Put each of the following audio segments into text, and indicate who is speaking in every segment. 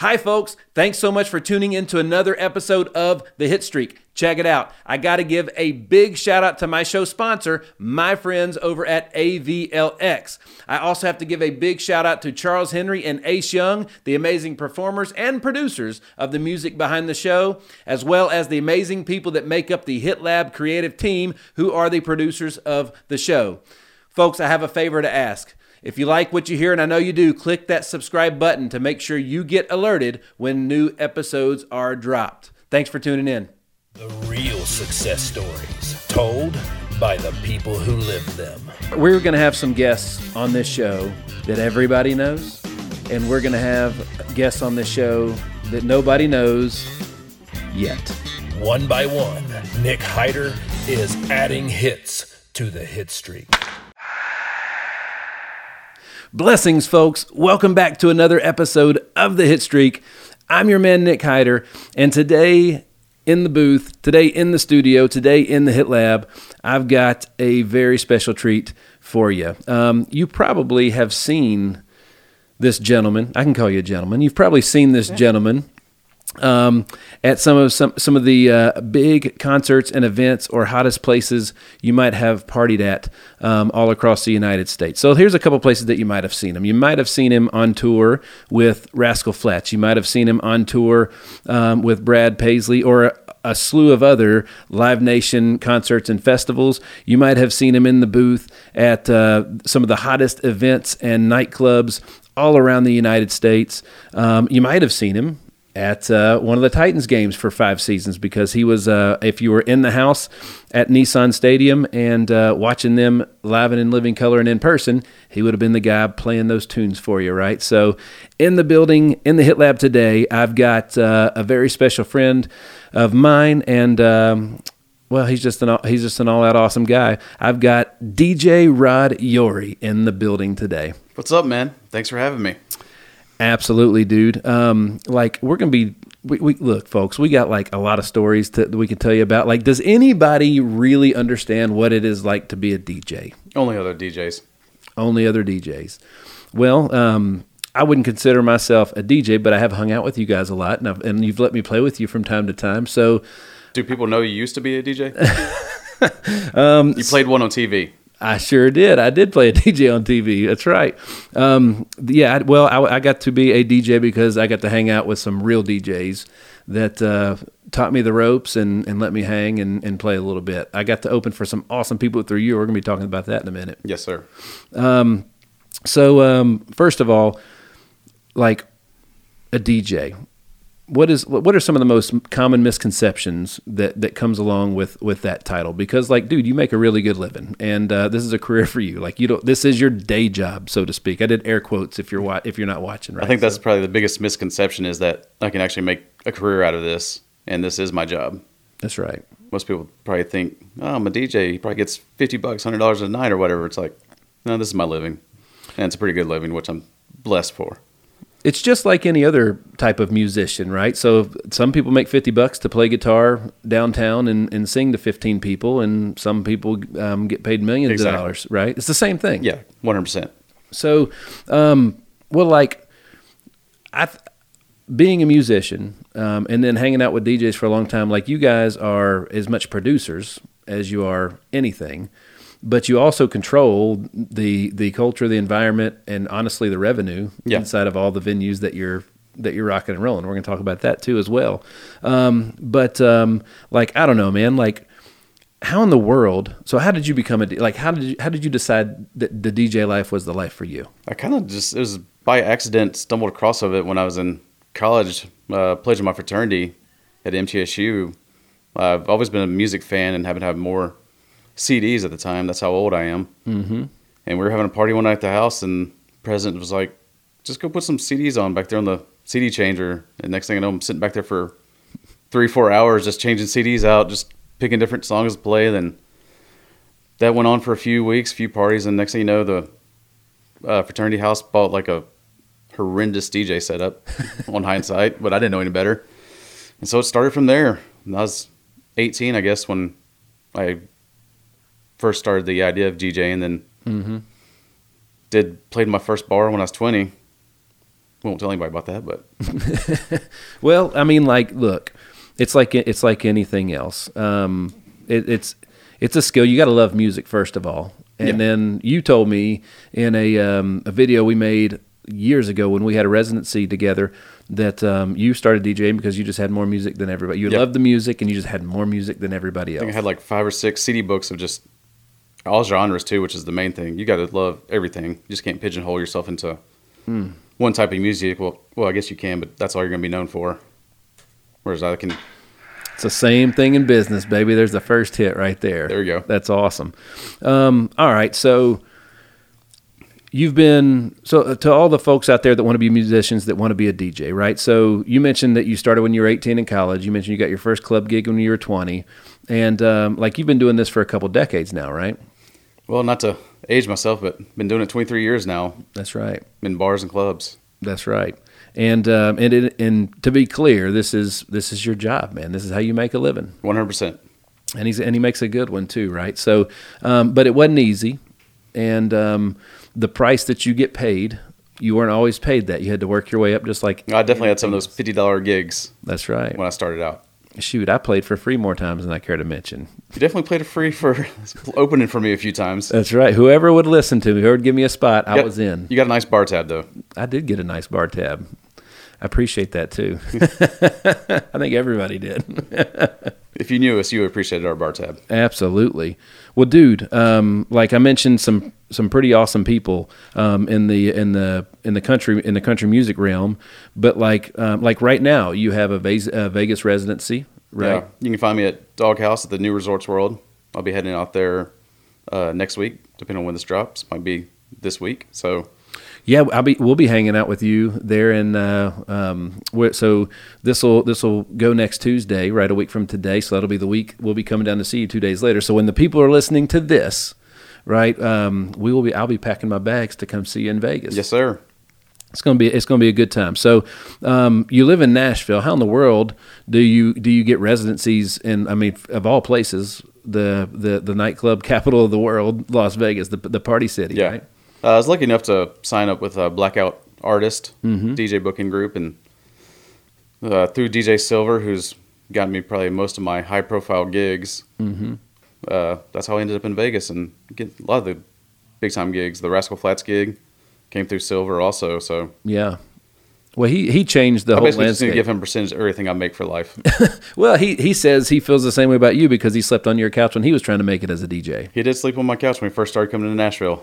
Speaker 1: Hi, folks. Thanks so much for tuning in to another episode of The Hit Streak. Check it out. I got to give a big shout out to my show sponsor, my friends over at AVLX. I also have to give a big shout out to Charles Henry and Ace Young, the amazing performers and producers of the music behind the show, as well as the amazing people that make up the Hit Lab creative team who are the producers of the show. Folks, I have a favor to ask. If you like what you hear, and I know you do, click that subscribe button to make sure you get alerted when new episodes are dropped. Thanks for tuning in.
Speaker 2: The real success stories told by the people who live them.
Speaker 1: We're going to have some guests on this show that everybody knows, and we're going to have guests on this show that nobody knows yet.
Speaker 2: One by one, Nick Hyder is adding hits to the hit streak.
Speaker 1: Blessings, folks. Welcome back to another episode of The Hit Streak. I'm your man, Nick Hyder, and today in the booth, today in the studio, today in the Hit Lab, I've got a very special treat for you. Um, you probably have seen this gentleman. I can call you a gentleman. You've probably seen this gentleman um, at some of some some of the uh, big concerts and events or hottest places you might have partied at um, all across the United States. So here's a couple places that you might have seen him. You might have seen him on tour with Rascal Flatts. You might have seen him on tour um, with Brad Paisley or a, a slew of other Live Nation concerts and festivals. You might have seen him in the booth at uh, some of the hottest events and nightclubs all around the United States. Um, you might have seen him at uh, one of the Titans games for five seasons because he was, uh, if you were in the house at Nissan Stadium and uh, watching them live and in living color and in person, he would have been the guy playing those tunes for you, right? So, in the building, in the Hit Lab today, I've got uh, a very special friend of mine, and um, well, he's just an all- he's just an all out awesome guy. I've got DJ Rod Yori in the building today.
Speaker 3: What's up, man? Thanks for having me.
Speaker 1: Absolutely, dude. Um, like we're gonna be. We, we look, folks. We got like a lot of stories to, that we can tell you about. Like, does anybody really understand what it is like to be a DJ?
Speaker 3: Only other DJs.
Speaker 1: Only other DJs. Well, um, I wouldn't consider myself a DJ, but I have hung out with you guys a lot, and I've, and you've let me play with you from time to time. So
Speaker 3: Do people know you used to be a DJ? um, you played one on TV.
Speaker 1: I sure did. I did play a DJ on TV. That's right. Um, yeah. I- Well, I, I got to be a DJ because I got to hang out with some real DJs that uh, taught me the ropes and, and let me hang and, and play a little bit. I got to open for some awesome people through you. We're going to be talking about that in a minute.
Speaker 3: Yes, sir.
Speaker 1: So, um, first of all, like a DJ, what is what are some of the most common misconceptions that that comes along with with that title? Because, like, dude, you make a really good living, and uh, this is a career for you. Like, you don't. This is your day job, so to speak. I did air quotes if you're wa- if you're not watching. Right?
Speaker 3: I think that's probably the biggest misconception is that I can actually make a career out of this, and this is my job.
Speaker 1: that's right.
Speaker 3: Most people probably think, "Oh, I'm a DJ. He probably gets fifty bucks, hundred dollars a night, or whatever." It's like, no, this is my living, and it's a pretty good living, which I'm blessed for.
Speaker 1: it's just like any other type of musician, right? So some people make 50 bucks to play guitar downtown and, and sing to 15 people, and some people um, get paid millions
Speaker 3: Exactly.
Speaker 1: of dollars, right? It's the same thing.
Speaker 3: Yeah, one hundred percent.
Speaker 1: So, um, well, like, I, th- being a musician um, and then hanging out with DJs for a long time, like you guys are as much producers as you are anything, but you also control the the culture, the environment, and honestly, the revenue
Speaker 3: Yeah.
Speaker 1: inside of all the venues that you're that you're rocking and rolling. We're going to talk about that too as well. Um, but um, like, I don't know, man, like how in the world so how did you become a D- like how did you how did you decide that the dj life was the life for you
Speaker 3: I kind of just it was by accident stumbled across of it when I was in college, uh, pledging my fraternity at MTSU. I've always been a music fan and happened to have more CDs at the time. That's how old I am. Mm-hmm. And we were having a party one night at the house, and president was like, "Just go put some CDs on back there on the CD changer." And next thing I know, I'm sitting back there for three, four hours just changing CDs out, just picking different songs to play. Then that went on for a few weeks, few parties, and next thing you know, the uh, fraternity house bought like a horrendous DJ setup on hindsight, but I didn't know any better. And so it started from there. And I was 18, I guess, when I first started the idea of DJing. Then did played my first bar when I was 20. we won't tell anybody about that, but
Speaker 1: Well, I mean, like, look, it's like it's like anything else. Um, it, it's it's a skill. You got to love music first of all, and
Speaker 3: Yeah.
Speaker 1: then you told me in a um, a video we made years ago when we had a residency together that um, you started DJing because you just had more music than everybody. You
Speaker 3: Yep.
Speaker 1: loved the music, and you just had more music than everybody
Speaker 3: I think I
Speaker 1: else.
Speaker 3: had like five or six CD books of just all genres too, which is the main thing. You got to love everything. You just can't pigeonhole yourself into
Speaker 1: Hmm.
Speaker 3: one type of music. Well, well, I guess you can, but that's all you're going to be known for. Whereas I can,
Speaker 1: It's the same thing in business, baby. There's the first hit right there.
Speaker 3: There you go.
Speaker 1: That's awesome. Um, all right, so you've been so uh, to all the folks out there that want to be musicians that want to be a DJ, right? So you mentioned that you started when you were 18 in college. You mentioned you got your first club gig when you were 20, and um, like you've been doing this for a couple decades now, right?
Speaker 3: well, not to age myself, but been doing it 23 years now
Speaker 1: That's right.
Speaker 3: in bars and clubs.
Speaker 1: That's right. And um, and it, and to be clear, this is this is your job, man. This is how you make a living.
Speaker 3: 100%.
Speaker 1: and he's and he makes a good one too, right? So, um, but it wasn't easy, and um, the price that you get paid, you weren't always paid that. You had to work your way up, just like
Speaker 3: I definitely had some of those $50 gigs
Speaker 1: that's right.
Speaker 3: when I started out.
Speaker 1: Shoot, I played for free more times than I care to mention.
Speaker 3: You definitely played it free for opening for me a few times.
Speaker 1: That's right. Whoever would listen to me, whoever would give me a spot, I
Speaker 3: Yep.
Speaker 1: was in.
Speaker 3: You got a nice bar tab though.
Speaker 1: I did get a nice bar tab. I appreciate that too. I think everybody did.
Speaker 3: If you knew us, you appreciated our bar tab.
Speaker 1: Absolutely. Well, dude, um, like I mentioned, some some pretty awesome people um, in the in the in the country in the country music realm. But like um, like right now, you have a Vegas, uh, Vegas residency, right?
Speaker 3: Yeah. You can find me at Doghouse at the New Resorts World. I'll be heading out there uh, next week, depending on when this drops. Might be this week. So
Speaker 1: Yeah, I'll be we'll be hanging out with you there, and uh, um, where- so this will this will go next Tuesday, right? A week from today, so that'll be the week we'll be coming down to see you two days later. So when the people are listening to this, right, um, we will be I'll be packing my bags to come see you in Vegas.
Speaker 3: yes, sir.
Speaker 1: It's gonna be it's gonna be a good time. So, um, you live in Nashville. How in the world do you do you get residencies in? I mean, of all places, the the the nightclub capital of the world, Las Vegas, the the party city.
Speaker 3: Yeah.
Speaker 1: right?
Speaker 3: Uh, I was lucky enough to sign up with a Blackout Artist
Speaker 1: Mm-hmm.
Speaker 3: DJ booking group, and uh, through DJ Silver, who's gotten me probably most of my high profile gigs. Mm-hmm. Uh, that's how I ended up in Vegas and get a lot of the big time gigs. The Rascal Flats gig came through Silver also, so
Speaker 1: yeah. Well, he he changed the
Speaker 3: I
Speaker 1: whole
Speaker 3: basically just need to
Speaker 1: landscape.
Speaker 3: give him a percentage of everything I make for life.
Speaker 1: well, he he says he feels the same way about you because he slept on your couch when he was trying to make it as a DJ.
Speaker 3: He did sleep on my couch when we first started coming to Nashville.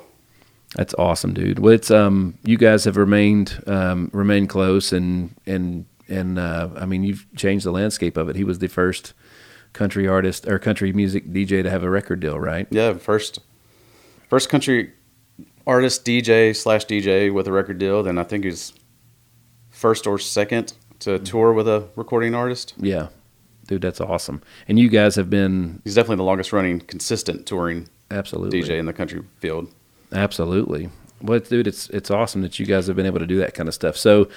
Speaker 1: That's awesome, dude. Well, it's um, you guys have remained um, remained close, and and and uh, I mean, you've changed the landscape of it. He was the first country artist or country music DJ to have a record deal, right?
Speaker 3: Yeah, first, first country artist DJ slash DJ with a record deal. Then I think he's first or second to tour with a recording artist.
Speaker 1: Yeah, dude, that's awesome. And you guys have been
Speaker 3: He's definitely the longest running consistent touring
Speaker 1: absolutely
Speaker 3: DJ in the country field.
Speaker 1: Absolutely. Well, it's- dude, it's it's awesome that you guys have been able to do that kind of stuff. So,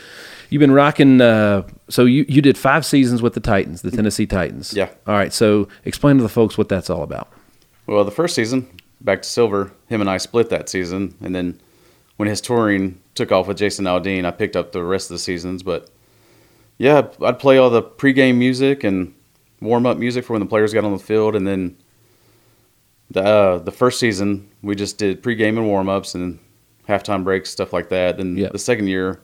Speaker 1: you've been rocking. Uh, so you you did five seasons with the Titans, the Tennessee Titans.
Speaker 3: Yeah.
Speaker 1: All right. So explain to the folks what that's all about.
Speaker 3: Well, the first season, back to Silver, him and I split that season. And then when his touring took off with Jason Aldean, I picked up the rest of the seasons. But yeah, I'd play all the pregame music and warm up music for when the players got on the field. And then the, uh, the first season, we just did pregame and warm ups and halftime breaks, stuff like that. Then
Speaker 1: Yeah.
Speaker 3: the second year,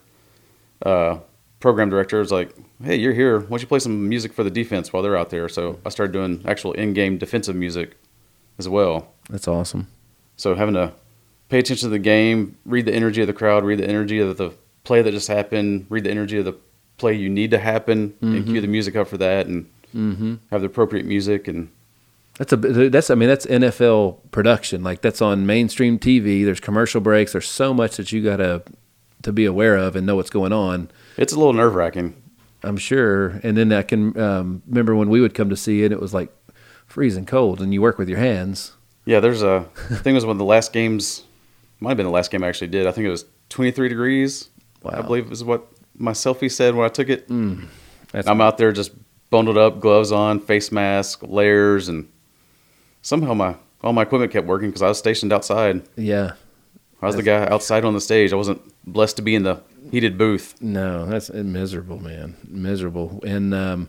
Speaker 3: uh, program director was like, hey, you're here. Why don't you play some music for the defense while they're out there? So I started doing actual in game defensive music as well.
Speaker 1: That's awesome.
Speaker 3: So having to pay attention to the game, read the energy of the crowd, read the energy of the play that just happened, read the energy of the play you need to happen, and cue the music up for that, and have the appropriate music. And
Speaker 1: That's a that's I mean that's NFL production. Like that's on mainstream TV. There's commercial breaks. There's so much that you gotta to be aware of and know what's going on.
Speaker 3: it's a little nerve wracking.
Speaker 1: I'm sure. And then I can um, remember when we would come to see it. It was like freezing cold, and you work with your hands.
Speaker 3: Yeah, there's a I think it was one of the last games. Might have been the last game I actually did. I think it was 23 degrees. I
Speaker 1: Wow.
Speaker 3: believe is what my selfie said when I took it.
Speaker 1: That's
Speaker 3: I'm out there just bundled up, gloves on, face mask, layers, and somehow my all my equipment kept working because I was stationed outside.
Speaker 1: yeah.
Speaker 3: I was the guy outside on the stage. I wasn't blessed to be in the heated booth.
Speaker 1: No, that's miserable, man. Miserable. And um,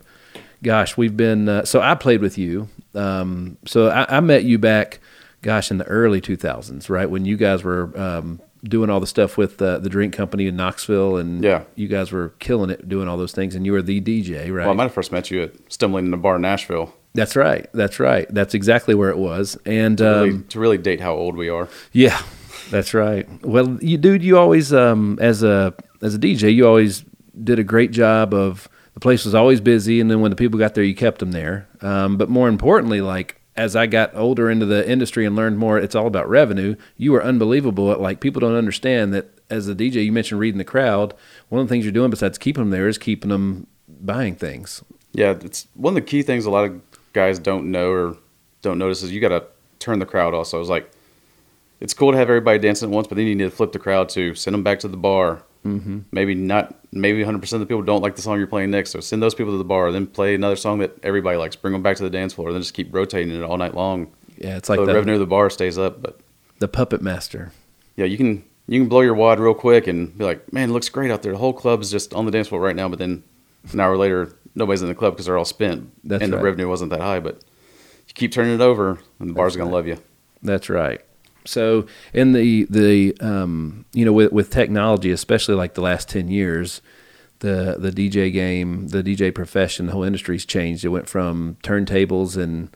Speaker 1: gosh, we've been. Uh, so I played with you. Um, so I, I met you back, gosh, in the early 2000s, right? When you guys were um, doing all the stuff with uh, the drink company in Knoxville. And
Speaker 3: Yeah.
Speaker 1: you guys were killing it doing all those things. And you were the DJ, right?
Speaker 3: Well, I might have first met you at Stumbling in a Bar in Nashville.
Speaker 1: that's right. That's right. That's exactly where it was. And um,
Speaker 3: Really, to really date how old we are.
Speaker 1: Yeah, that's right. Well, you dude, you always um, as a as a DJ, you always did a great job of the place was always busy, and then when the people got there, you kept them there. Um, but more importantly, like as I got older into the industry and learned more, it's all about revenue. You were unbelievable at like people don't understand that as a DJ, you mentioned reading the crowd. One of the things you're doing besides keeping them there is keeping them buying things.
Speaker 3: Yeah, it's one of the key things a lot of guys don't know or don't notice is you got to turn the crowd. Also, it's like it's cool to have everybody dancing at once, but then you need to flip the crowd to send them back to the bar. Mm-hmm. Maybe not. Maybe 100 percent of the people don't like the song you're playing next, so send those people to the bar. Then play another song that everybody likes. Bring them back to the dance floor. Then just keep rotating it all night long.
Speaker 1: Yeah, it's like
Speaker 3: so the
Speaker 1: the,
Speaker 3: revenue of the bar stays up. But
Speaker 1: the puppet master.
Speaker 3: yeah, you can you can blow your wad real quick and be like, man, it looks great out there. The whole club's just on the dance floor right now. But then an hour later, nobody's in the club because they're all spent,
Speaker 1: That's
Speaker 3: and
Speaker 1: right.
Speaker 3: the revenue wasn't that high. But you keep turning it over, and the bar's gonna love you.
Speaker 1: That's right. So in the the um, you know with with technology, especially like the last ten years, the the DJ game, the DJ profession, the whole industry's changed. It went from turntables and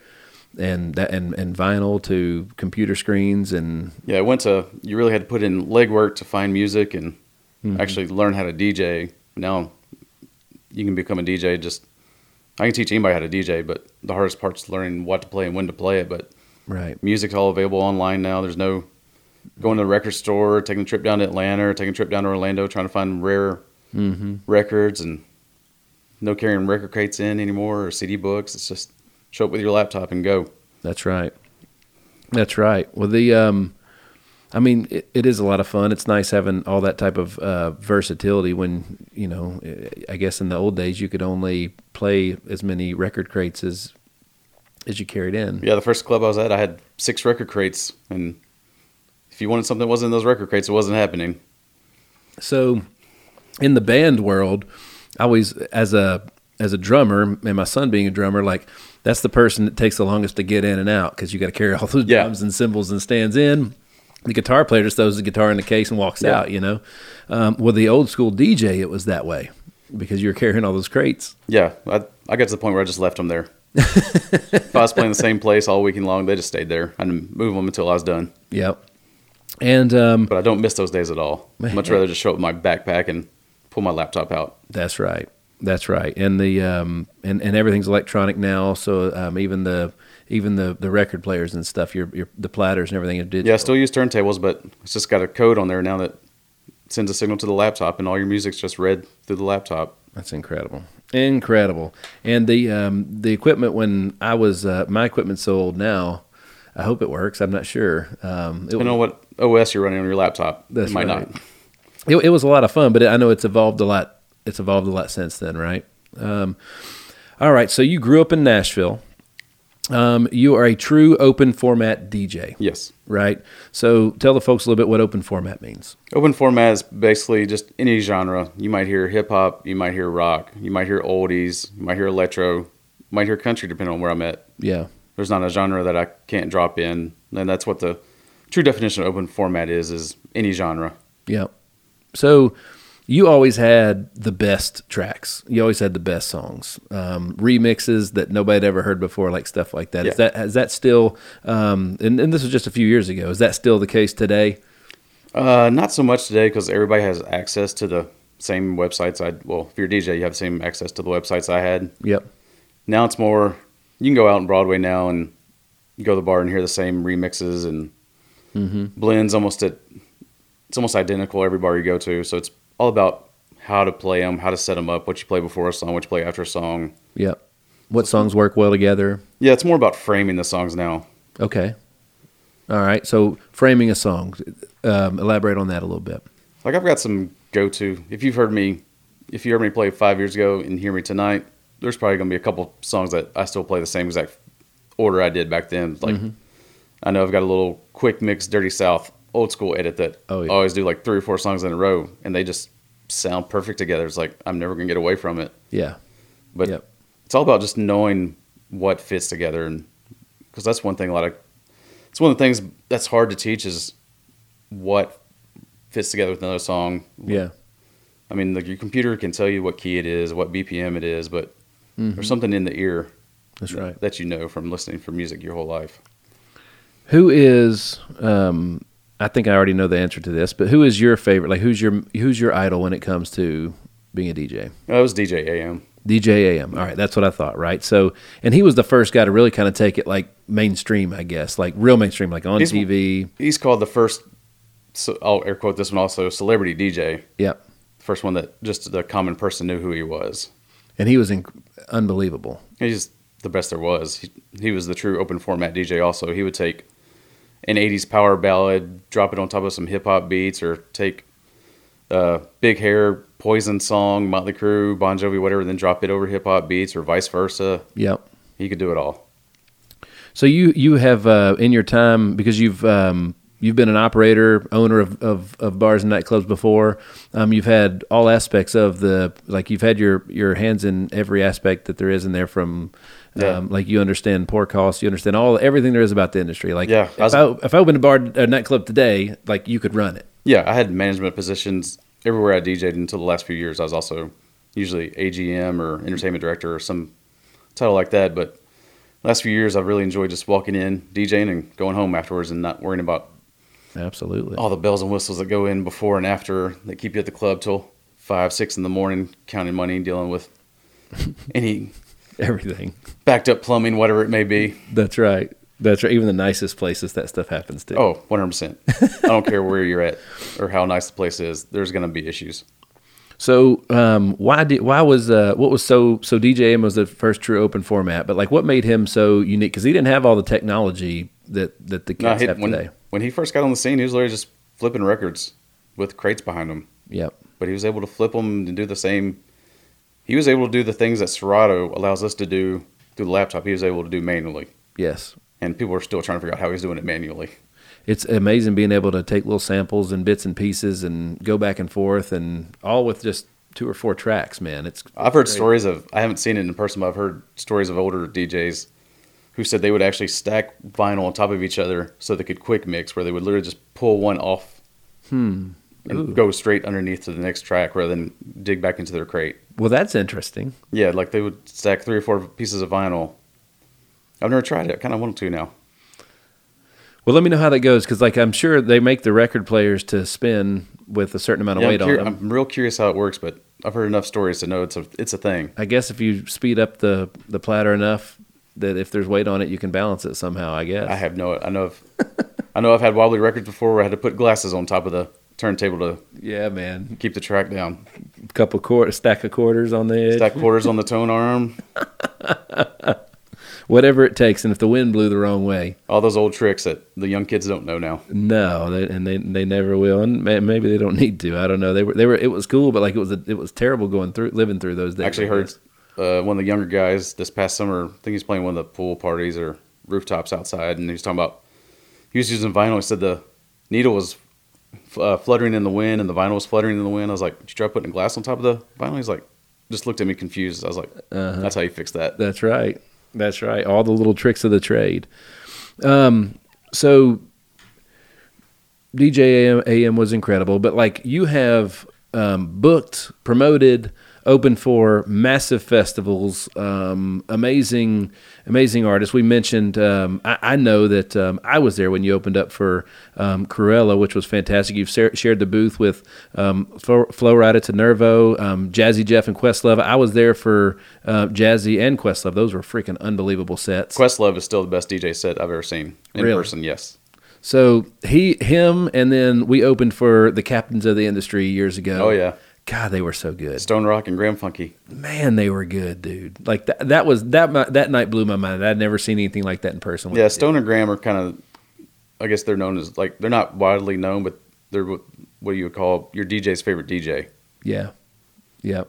Speaker 1: and that and and vinyl to computer screens and
Speaker 3: Yeah, I went to. You really had to put in legwork to find music and
Speaker 1: Mm-hmm.
Speaker 3: actually learn how to DJ. Now you can become a DJ. Just I can teach anybody how to DJ, but the hardest part's learning what to play and when to play it. But
Speaker 1: right.
Speaker 3: music's all available online now. There's no going to the record store, taking a trip down to Atlanta, or taking a trip down to Orlando, trying to find rare records, and no carrying record crates in anymore or CD books. It's just show up with your laptop and go.
Speaker 1: That's right. That's right. Well, the um, I mean, it, it is a lot of fun. It's nice having all that type of uh, versatility. When you know, I guess in the old days you could only play as many record crates as as you carried in.
Speaker 3: Yeah, the first club I was at, I had six record crates, and if you wanted something that wasn't in those record crates, it wasn't happening.
Speaker 1: So, in the band world, I always as a as a drummer, and my son being a drummer, like that's the person that takes the longest to get in and out because you got to carry all those
Speaker 3: Yeah.
Speaker 1: drums and cymbals and stands in. The guitar player just throws the guitar in the case and walks
Speaker 3: Yeah.
Speaker 1: out. You know, um, with the old school DJ, it was that way because you were carrying all those crates.
Speaker 3: Yeah, I, I got to the point where I just left them there. if I was playing the same place all weekend long, they just stayed there. I didn't move them until I was done.
Speaker 1: Yep. And um,
Speaker 3: But I don't miss those days at all. Much rather just show up with my backpack and pull my laptop out.
Speaker 1: That's right. That's right. And the um and, and everything's electronic now. So um, even the even the, the record players and stuff, your your the platters and everything are digital.
Speaker 3: Yeah, I still use turntables, but it's just got a code on there now that sends a signal to the laptop, and all your music's just read through the laptop.
Speaker 1: That's incredible. Incredible. And the um, the equipment when I was uh, my equipment's so old now. I hope it works. I'm not sure. Um, it,
Speaker 3: Depending on what OS you're running on your laptop,
Speaker 1: That's
Speaker 3: it might
Speaker 1: right.
Speaker 3: not.
Speaker 1: it, it was a lot of fun, but I know it's evolved a lot. It's evolved a lot since then, right? Um, all right. So you grew up in Nashville. Um, you are a true open format DJ,
Speaker 3: Yes.
Speaker 1: right? So tell the folks a little bit what open format means.
Speaker 3: Open format is basically just any genre. You might hear hip hop, you might hear rock, you might hear oldies, you might hear electro, you might hear country, depending on where I'm at.
Speaker 1: Yeah.
Speaker 3: There's not a genre that I can't drop in, and that's what the true definition of open format is: is any genre.
Speaker 1: Yeah. So you always had the best tracks. You always had the best songs, um, remixes that nobody had ever heard before, like stuff like that. Is
Speaker 3: Yeah.
Speaker 1: that is that still? Um, and, and this was just a few years ago. Is that still the case today?
Speaker 3: Uh, not so much today because everybody has access to the same websites. I well, if you're a DJ, you have the same access to the websites I had.
Speaker 1: Yep.
Speaker 3: Now it's more you can go out on Broadway now and you go to the bar and hear the same remixes and blends almost at it's almost identical every bar you go to. So it's all about how to play them, how to set them up, what you play before a song, what you play after a song.
Speaker 1: Yep. What songs work well together?
Speaker 3: Yeah, it's more about framing the songs now.
Speaker 1: Okay. All right. So framing a song. Um, elaborate on that a little bit.
Speaker 3: Like I've got some go to. If you've heard me, if you heard me play five years ago and hear me tonight, there's probably gonna be a couple songs that I still play the same exact order I did back then. Like
Speaker 1: Mm-hmm.
Speaker 3: I know I've got a little quick mix, Dirty South, old school edit that
Speaker 1: Oh, yeah.
Speaker 3: I always do like three or four songs in a row, and they just sound perfect together. It's like I'm never gonna get away from it.
Speaker 1: Yeah.
Speaker 3: But
Speaker 1: Yep.
Speaker 3: it's all about just knowing what fits together, and because that's one thing a lot of it's one of the things that's hard to teach is what fits together with another song.
Speaker 1: Yeah.
Speaker 3: I mean, like your computer can tell you what key it is, what BPM it is, but there's something in the ear
Speaker 1: Mm-hmm. That's right.
Speaker 3: that you know from listening for music your whole life.
Speaker 1: Who is um I think I already know the answer to this, but who is your favorite? Like who's your who's your idol when it comes to being a DJ?
Speaker 3: That was DJ AM.
Speaker 1: DJ AM. All right, that's what I thought, right? So, and he was the first guy to really kind of take it like mainstream, I guess, like real mainstream, like on
Speaker 3: He's-
Speaker 1: TV.
Speaker 3: He's called the first. So I'll air quote this one also celebrity DJ.
Speaker 1: Yep.
Speaker 3: First one that just the common person knew who he was.
Speaker 1: And he was in, unbelievable.
Speaker 3: He's the best there was. He, he was the true open format DJ. Also, he would take an '80s power ballad, drop it on top of some hip hop beats, or take uh, big hair poison song, Motley Crue, Bon Jovi, whatever, then drop it over hip hop beats, or vice versa.
Speaker 1: Yep.
Speaker 3: He could do it all.
Speaker 1: So you you have uh, in your time because you've um, you've been an operator, owner of, of, of bars and nightclubs before. Um, you've had all aspects of the like you've had your your hands in every aspect that there is in there from.
Speaker 3: Yeah.
Speaker 1: Um, like you understand poor costs, you understand all everything there is about the industry. Like,
Speaker 3: Yeah,
Speaker 1: if
Speaker 3: I was-
Speaker 1: I, if I opened a bar a nightclub today, like you could run it.
Speaker 3: Yeah, I had management positions everywhere I DJed until the last few years. I was also usually AGM or entertainment director or some title like that. But last few years, I've really enjoyed just walking in, DJing, and going home afterwards, and not worrying about
Speaker 1: Absolutely.
Speaker 3: all the bells and whistles that go in before and after that keep you at the club till five, six in the morning, counting money, dealing with any
Speaker 1: Everything.
Speaker 3: backed up plumbing, whatever it may be.
Speaker 1: That's right. That's right. Even the nicest places that stuff happens to.
Speaker 3: Oh, 100%. I don't care where you're at or how nice the place is, there's going to be issues.
Speaker 1: So um, why did why was uh, what was so so DJM was the first true open format, but like what made him so unique? Because he didn't have all the technology that that the
Speaker 3: No,
Speaker 1: kids
Speaker 3: he,
Speaker 1: have
Speaker 3: when,
Speaker 1: today.
Speaker 3: when he first got on the scene, he was literally just flipping records with crates behind him.
Speaker 1: Yep.
Speaker 3: But he was able to flip them and do the same. He was able to do the things that Serato allows us to do through the laptop. He was able to do manually,
Speaker 1: Yes.
Speaker 3: and people are still trying to figure out how he's doing it manually.
Speaker 1: It's amazing being able to take little samples and bits and pieces and go back and forth and all with just two or four tracks, man. It's
Speaker 3: I've heard
Speaker 1: great.
Speaker 3: stories of I haven't seen it in person, but I've heard stories of older DJs who said they would actually stack vinyl on top of each other so they could quick mix, where they would literally just pull one off
Speaker 1: Hmm.
Speaker 3: and go straight underneath to the next track rather than dig back into their crate.
Speaker 1: Well, that's interesting.
Speaker 3: Yeah, like they would stack three or four pieces of vinyl. I've never tried it. I kind of want to now.
Speaker 1: Well, let me know how that goes because like I'm sure they make the record players to spin with a certain amount of
Speaker 3: Yeah, I'm,
Speaker 1: weight
Speaker 3: curi-
Speaker 1: on them.
Speaker 3: I'm real curious how it works, but I've heard enough stories to know it's a it's a thing.
Speaker 1: I guess if you speed up the the platter enough that if there's weight on it, you can balance it somehow. I guess.
Speaker 3: I have no. I know. Of, I know. I've had wobbly records before where I had to put glasses on top of the turntable to
Speaker 1: yeah, man.
Speaker 3: keep the track down.
Speaker 1: A couple quarter stack of quarters on the edge,
Speaker 3: Stack quarters on the tone arm.
Speaker 1: whatever it takes. And if the wind blew the wrong way,
Speaker 3: All those old tricks that the young kids don't know now.
Speaker 1: no, they, and they they never will. And may, maybe they don't need to. I don't know. They were they were. It was cool, but like it was a, it was terrible going through living through those days.
Speaker 3: I actually
Speaker 1: I
Speaker 3: heard
Speaker 1: guess.
Speaker 3: uh, one of the younger guys this past summer. I think he's playing one of the pool parties or rooftops outside, and he was talking about he was using vinyl. He said the needle was f- uh, fluttering in the wind, and the vinyl was fluttering in the wind. I was like, "Did you try putting glass on top of the vinyl?" He's like, just looked at me confused. I was like, "That's how you fix that."
Speaker 1: Uh-huh. That's right. That's right. All the little tricks of the trade. Um, so DJ AM, AM was incredible, but like you have um, booked, promoted, opened for massive festivals, um, amazing, amazing artists. We mentioned, um, I, I know that um, I was there when you opened up for um, Cruella, which was fantastic. You've ser- shared the booth with um, Flo, Flo Rida to Nervo, um, Jazzy Jeff, and Questlove. I was there for uh, Jazzy and Questlove. Those were freaking unbelievable sets.
Speaker 3: Questlove is still the best DJ set I've ever seen in
Speaker 1: Really?
Speaker 3: person. Yes,
Speaker 1: So he, him, and then we opened for the captains of the industry years ago.
Speaker 3: Oh, yeah.
Speaker 1: God, they were so good.
Speaker 3: Stone Rock and Graham Funky.
Speaker 1: Man, they were good, dude. Like that, that was that mi- that night blew my mind. I'd never seen anything like that in person.
Speaker 3: Yeah, Stone and Graham are kind of, I guess they're known as like they're not widely known, but they're what, what you would call your DJ's favorite DJ.
Speaker 1: yeah, yeah.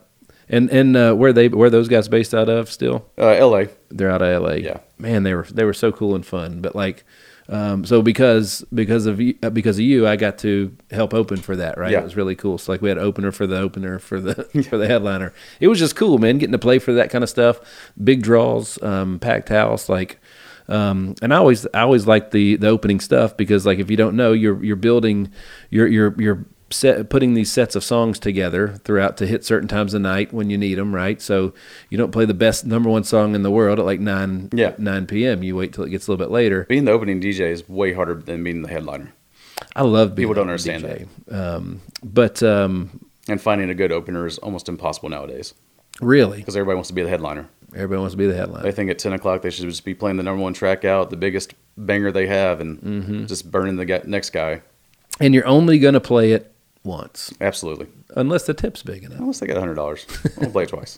Speaker 1: And and uh, where they where those guys based out of still?
Speaker 3: Uh, L.A.
Speaker 1: They're out of L.A.
Speaker 3: Yeah.
Speaker 1: man, they were they were so cool and fun. But like, Um, so because because of you, uh, because of you, I got to help open for that. Right,
Speaker 3: Yeah.
Speaker 1: it was really cool. So like we had opener for the opener for the for the headliner. It was just cool, man. Getting to play for that kind of stuff, big draws, um, packed house, like. Um, and I always I always like the the opening stuff because like if you don't know you're you're building you're you're you're set, putting these sets of songs together throughout to hit certain times of night when you need them right so you don't play the best number one song in the world at like nine
Speaker 3: Yeah.
Speaker 1: nine p.m. you wait till it gets a little bit later
Speaker 3: Being the opening DJ is way harder than being the headliner
Speaker 1: I love being
Speaker 3: People don't
Speaker 1: a
Speaker 3: understand
Speaker 1: DJ. um, but um,
Speaker 3: and finding a good opener is almost impossible nowadays
Speaker 1: really
Speaker 3: because everybody wants to be the headliner.
Speaker 1: everybody wants to be the headline
Speaker 3: They think at 10 o'clock they should just be playing the number one track out, the biggest banger they have, and just burning the guy, next guy.
Speaker 1: and you're only gonna play it once
Speaker 3: Absolutely.
Speaker 1: unless the tip's big enough.
Speaker 3: Unless they got $100. I'm going to play it twice.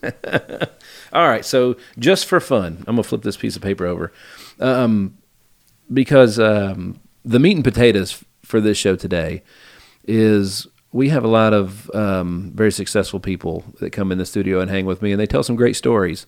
Speaker 1: All right, so just for fun, I'm gonna flip this piece of paper over, um, because um, the meat and potatoes for this show today is we have a lot of um, very successful people that come in the studio and hang with me, and they tell some great stories.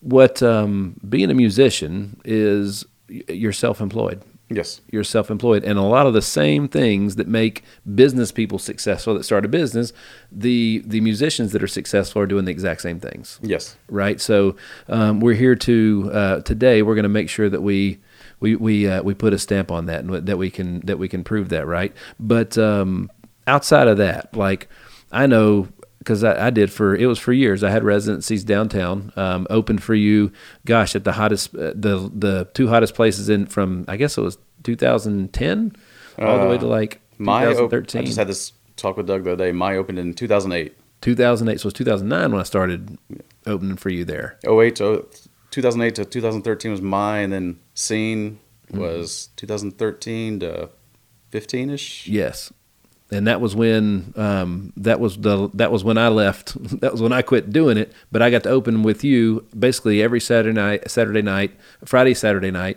Speaker 1: What um, being a musician is, y- you're self-employed.
Speaker 3: Yes.
Speaker 1: You're self-employed, and a lot of the same things that make business people successful that start a business, the the musicians that are successful are doing the exact same things
Speaker 3: Yes.
Speaker 1: right? So um, we're here to uh, today. We're going to make sure that we we we uh, we put a stamp on that and that we can that we can prove that, right? But um, outside of that, like I know. Because I, I did for it was for years. I had residencies downtown, um, open for you. Gosh, at the hottest, uh, the the two hottest places in from I guess it was 2010 all the way to like
Speaker 3: Uh, My op- I
Speaker 1: 2013.
Speaker 3: just had this talk with Doug the other day. My opened in 2008.
Speaker 1: 2008, so it was 2009 when I started opening for you there.
Speaker 3: 08 to 2008 to 2013 was mine, and then Scene
Speaker 1: Mm-hmm.
Speaker 3: was 2013 to 15 ish.
Speaker 1: Yes, and that was when um, that was the that was when I left. That was when I quit doing it. But I got to open with you basically every Saturday night, Saturday night, Friday, Saturday night.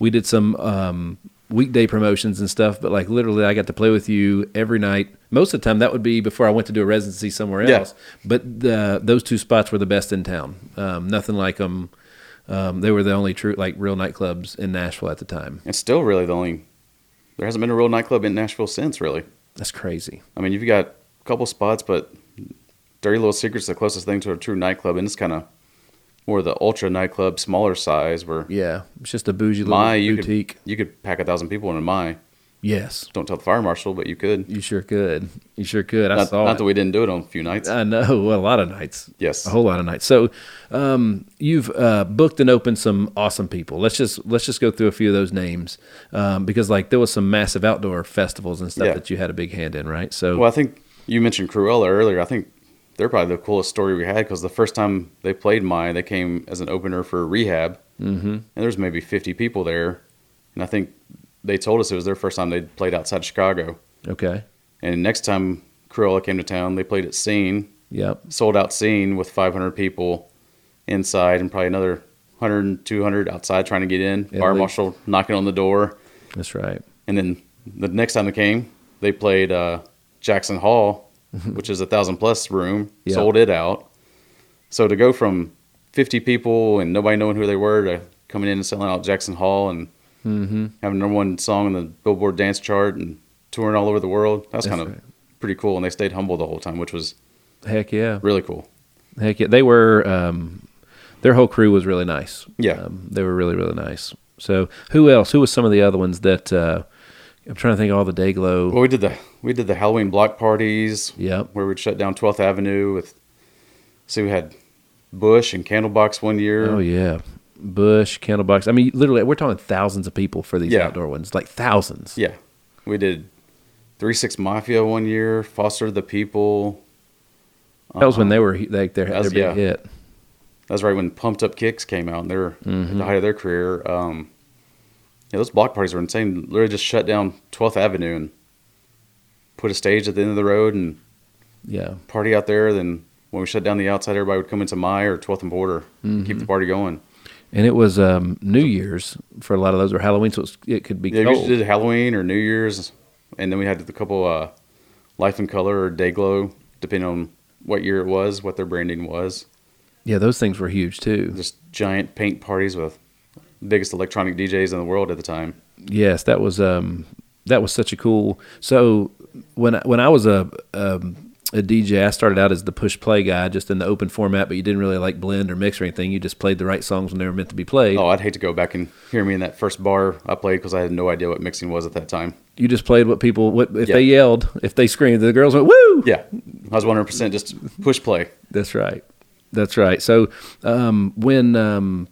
Speaker 1: We did some um, weekday promotions and stuff, but like literally, I got to play with you every night. Most of the time, that would be before I went to do a residency somewhere
Speaker 3: Yeah.
Speaker 1: else. But the, those two spots were the best in town. Um, nothing like them. Um, they were the only true like real nightclubs in Nashville at the time.
Speaker 3: It's still really the only. There hasn't been a real nightclub in Nashville since, really.
Speaker 1: That's crazy.
Speaker 3: I mean, you've got a couple spots, but Dirty Little Secret's the closest thing to a true nightclub, and it's kind of more the ultra nightclub, smaller size, where
Speaker 1: Yeah, it's just a bougie little
Speaker 3: my you
Speaker 1: boutique.
Speaker 3: could you could pack a thousand people in a my.
Speaker 1: Yes,
Speaker 3: Don't tell the fire marshal, but you could.
Speaker 1: you sure could. You sure could. I
Speaker 3: Not,
Speaker 1: saw
Speaker 3: not
Speaker 1: it.
Speaker 3: that we didn't do it on a few nights.
Speaker 1: I know well, a lot of nights.
Speaker 3: Yes.
Speaker 1: a whole lot of nights. So, um, you've uh, booked and opened some awesome people. Let's just let's just go through a few of those names um, because like there was some massive outdoor festivals and stuff
Speaker 3: Yeah.
Speaker 1: that you had a big hand in, right? So
Speaker 3: Well, I think you mentioned Cruella earlier. I think they're probably the coolest story we had because the first time they played mine, they came as an opener for rehab, mm-hmm. and there's maybe 50 people there, and I think they told us it was their first time they'd played outside of Chicago.
Speaker 1: okay,
Speaker 3: And next time Cruella came to town, they played at Scene,
Speaker 1: yep,
Speaker 3: sold out Scene with 500 people inside and probably another 100, 200 outside trying to get in.
Speaker 1: At
Speaker 3: Fire
Speaker 1: least.
Speaker 3: marshal knocking on the door.
Speaker 1: that's right.
Speaker 3: And then the next time they came, they played uh, Jackson Hall, which is a thousand plus room,
Speaker 1: Yeah.
Speaker 3: sold it out. So to go from 50 people and nobody knowing who they were to coming in and selling out Jackson Hall and
Speaker 1: Mm-hmm.
Speaker 3: having number one song on the Billboard dance chart and touring all over the world, that's,
Speaker 1: That's
Speaker 3: kind of
Speaker 1: right.
Speaker 3: pretty cool. And they stayed humble the whole time, which was
Speaker 1: Heck yeah,
Speaker 3: really cool.
Speaker 1: heck yeah. They were um, their whole crew was really nice.
Speaker 3: Yeah.
Speaker 1: um, they were really really nice. So who else? Who was some of the other ones that uh, I'm trying to think? of All the Day Glow.
Speaker 3: Well, we did the we did the Halloween block parties.
Speaker 1: Yep.
Speaker 3: Where we'd shut down 12th Avenue with. See, we had Bush and Candlebox one year.
Speaker 1: Oh yeah, Bush Candlebox. I mean, literally, we're talking thousands of people for these
Speaker 3: Yeah.
Speaker 1: outdoor ones, like thousands.
Speaker 3: Yeah, we did Three Six Mafia one year, Foster the People.
Speaker 1: That was when they were like their, their
Speaker 3: That's-
Speaker 1: big
Speaker 3: yeah.
Speaker 1: hit.
Speaker 3: That's right when Pumped Up Kicks came out, and they were at the height of their career. Um, yeah, those block parties were insane. Literally just shut down 12th Avenue and put a stage at the end of the road and
Speaker 1: Yeah,
Speaker 3: party out there. Then when we shut down the outside, everybody would come into my or 12th and Border, keep the party going.
Speaker 1: and it was um, New Year's for a lot of those, or Halloween, so it's, it could be
Speaker 3: Yeah, we
Speaker 1: cold.
Speaker 3: usually did Halloween or New Year's, and then we had a couple uh, Life in Color or Day Glow, depending on what year it was, what their branding was.
Speaker 1: yeah, those things were huge too.
Speaker 3: just giant paint parties with biggest electronic DJs in the world at the time.
Speaker 1: Yes, that was um, that was such a cool. So when I, when I was a um, a DJ, I started out as the push play guy, just in the open format. But you didn't really like blend or mix or anything. You just played the right songs when they were meant to be played.
Speaker 3: Oh, I'd hate to go back and hear me in that first bar I played because I had no idea what mixing was at that time.
Speaker 1: You just played what people what if
Speaker 3: Yeah.
Speaker 1: they yelled, if they screamed, the girls went woo.
Speaker 3: Yeah, I was 100% just push play.
Speaker 1: That's right. That's right. So um, when um,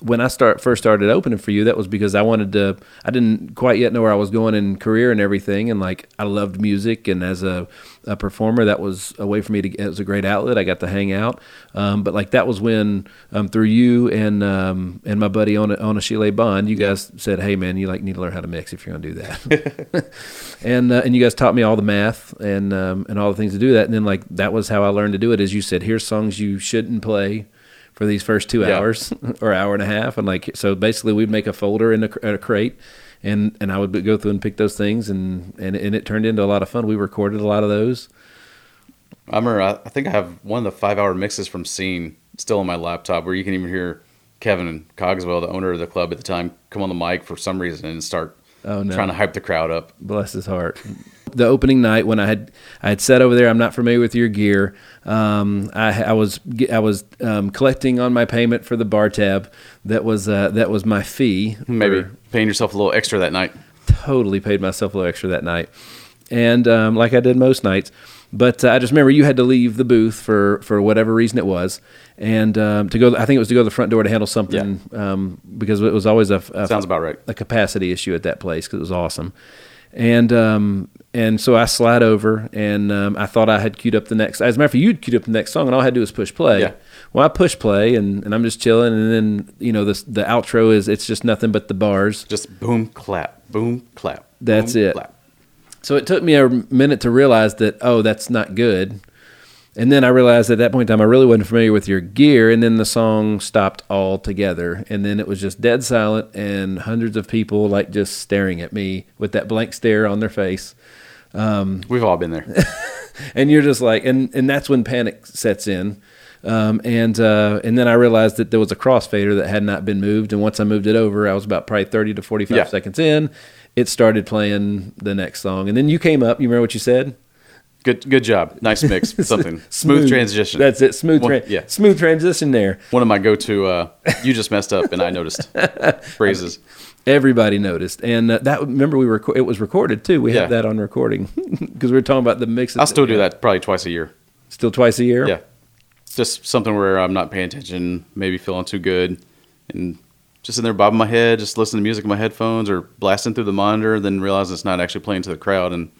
Speaker 1: when I start first started opening for you, that was because I wanted to. I didn't quite yet know where I was going in career and everything, and like I loved music, and as a, a performer, that was a way for me to. It was a great outlet. I got to hang out, um, but like that was when um, through you and um, and my buddy on on a Sheila Bond, you guys said, "Hey man, you like need to learn how to mix if you're gonna do that." and uh, and you guys taught me all the math and um, and all the things to do that. And then like that was how I learned to do it. As you said, here's songs you shouldn't play for these first two
Speaker 3: Yeah.
Speaker 1: hours or hour and a half. And like so, basically, we'd make a folder in a, cr- a crate. And, and I would go through and pick those things, and, and, and it turned into a lot of fun. We recorded a lot of those.
Speaker 3: I remember, I, I think I have one of the five hour mixes from Scene still on my laptop where you can even hear Kevin Cogswell, the owner of the club at the time, come on the mic for some reason and start
Speaker 1: Oh, no.
Speaker 3: trying to hype the crowd up.
Speaker 1: bless his heart. The opening night when I had I had sat over there, I'm not familiar with your gear. Um, I, I was ge- I was um, collecting on my payment for the bar tab. That was uh, that was my fee.
Speaker 3: Maybe
Speaker 1: for-
Speaker 3: paying yourself a little extra that night.
Speaker 1: totally paid myself a little extra that night, and um, like I did most nights. But uh, I just remember you had to leave the booth for for whatever reason it was, and um, to go. I think it was to go to the front door to handle something um, because it was always a, a
Speaker 3: Sounds about right.
Speaker 1: a capacity issue at that place because it was awesome. And um, and so I slide over, and um, I thought I had queued up the next. As a matter of fact, you'd queued up the next song, and all I had to do was push play.
Speaker 3: Yeah.
Speaker 1: Well, I push play, and, and I'm just chilling, and then you know this, the outro is it's just nothing but the bars.
Speaker 3: Just boom, clap, boom, clap.
Speaker 1: That's
Speaker 3: boom,
Speaker 1: it. So it took me a minute to realize that oh, that's not good. And then I realized at that point in time I really wasn't familiar with your gear, and then the song stopped altogether, and then it was just dead silent and hundreds of people like just staring at me with that blank stare on their face,
Speaker 3: We've all been there.
Speaker 1: and you're just like, and and that's when panic sets in, um, and uh, and then I realized that there was a crossfader that had not been moved, and once I moved it over, I was about probably thirty to forty five
Speaker 3: Yeah.
Speaker 1: seconds in, it started playing the next song, and then you came up, you remember what you said?
Speaker 3: Good, good job. Nice mix. Something smooth, transition.
Speaker 1: That's it. Smooth,
Speaker 3: One-
Speaker 1: tran-
Speaker 3: yeah.
Speaker 1: smooth transition there.
Speaker 3: One of my go-to. Uh, you just messed up, and I noticed phrases.
Speaker 1: Everybody noticed, and uh, that remember we reco- it was recorded too. We
Speaker 3: Yeah.
Speaker 1: had that on recording because we were talking about the mix.
Speaker 3: I still do that probably twice a year.
Speaker 1: Still twice a year.
Speaker 3: Yeah, just something where I'm not paying attention, maybe feeling too good, and just in there bobbing my head, just listening to music in my headphones or blasting through the monitor, then realize it's not actually playing to the crowd. And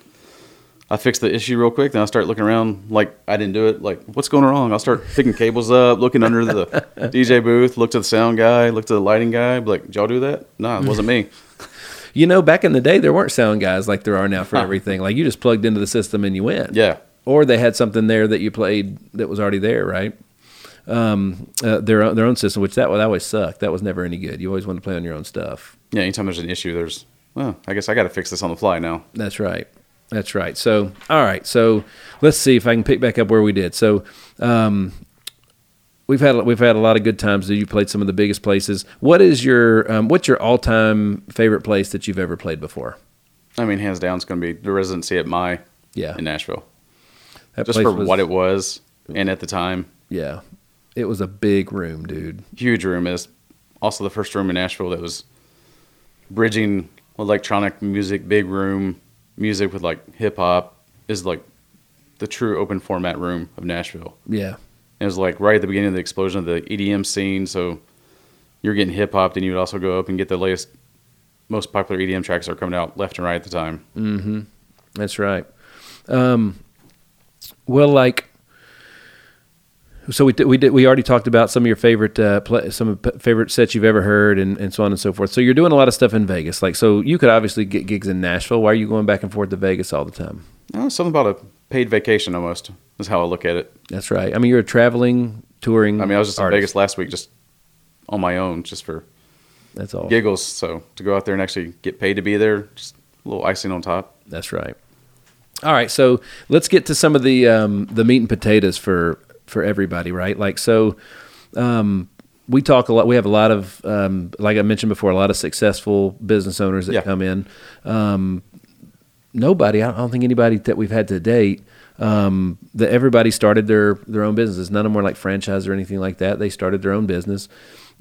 Speaker 3: I fix the issue real quick. Then I start looking around like I didn't do it. Like what's going wrong? I'll start picking cables up, looking under the DJ booth, look to the sound guy, look to the lighting guy. Be like, did y'all do that? Nah, it wasn't me.
Speaker 1: You know, back in the day, there weren't sound guys like there are now for everything. Like you just plugged into the system and you went.
Speaker 3: Yeah.
Speaker 1: Or they had something there that you played that was already there, right? Um, uh, their own, their own system, which that that always sucked. That was never any good. You always want to play on your own stuff.
Speaker 3: Yeah, anytime there's an issue, there's well, I guess I got to fix this on the fly now.
Speaker 1: That's right. That's right. So, all right. So, let's see if I can pick back up where we did. So, um, we've had we've had a lot of good times. You played some of the biggest places. What is your um, what's your all time favorite place that you've ever played before?
Speaker 3: I mean, hands down, it's going to be the residency at my
Speaker 1: Yeah,
Speaker 3: in Nashville.
Speaker 1: that
Speaker 3: just
Speaker 1: place
Speaker 3: for
Speaker 1: was-
Speaker 3: what it was and at the time
Speaker 1: Yeah, it was a big room, dude.
Speaker 3: huge room is also the first room in nashville that was bridging electronic music big room music with like hip-hop is like the true open format room of nashville
Speaker 1: Yeah,
Speaker 3: it was like right at the beginning of the explosion of the edm scene so you're getting hip-hop then you would also go up and get the latest most popular edm tracks that are coming out left and right at the time
Speaker 1: that's right. Um, well, like. So we did, we did we already talked about some of your favorite uh, pla some of p- favorite sets you've ever heard and, and so on and so forth. So you're doing a lot of stuff in Vegas, like so you could obviously get gigs in Nashville. Why are you going back and forth to Vegas all the time?
Speaker 3: Oh, something about a paid vacation almost is how i look at it
Speaker 1: That's right. I mean, you're a traveling touring.
Speaker 3: I mean, I was just
Speaker 1: artist.
Speaker 3: in Vegas last week, just on my own, just for
Speaker 1: That's all.
Speaker 3: giggles. So to go out there and actually get paid to be there, just a little icing on top.
Speaker 1: That's right. All right, so let's get to some of the um, the meat and potatoes for for everybody, right? Like so, um, we talk a lot. We have a lot of, um, like I mentioned before, a lot of successful business owners that
Speaker 3: Yeah.
Speaker 1: come in. Um, nobody, I don't- I don't think anybody that we've had to date, um, that everybody started their their own businesses. None of them were like franchise or anything like that. They started their own business,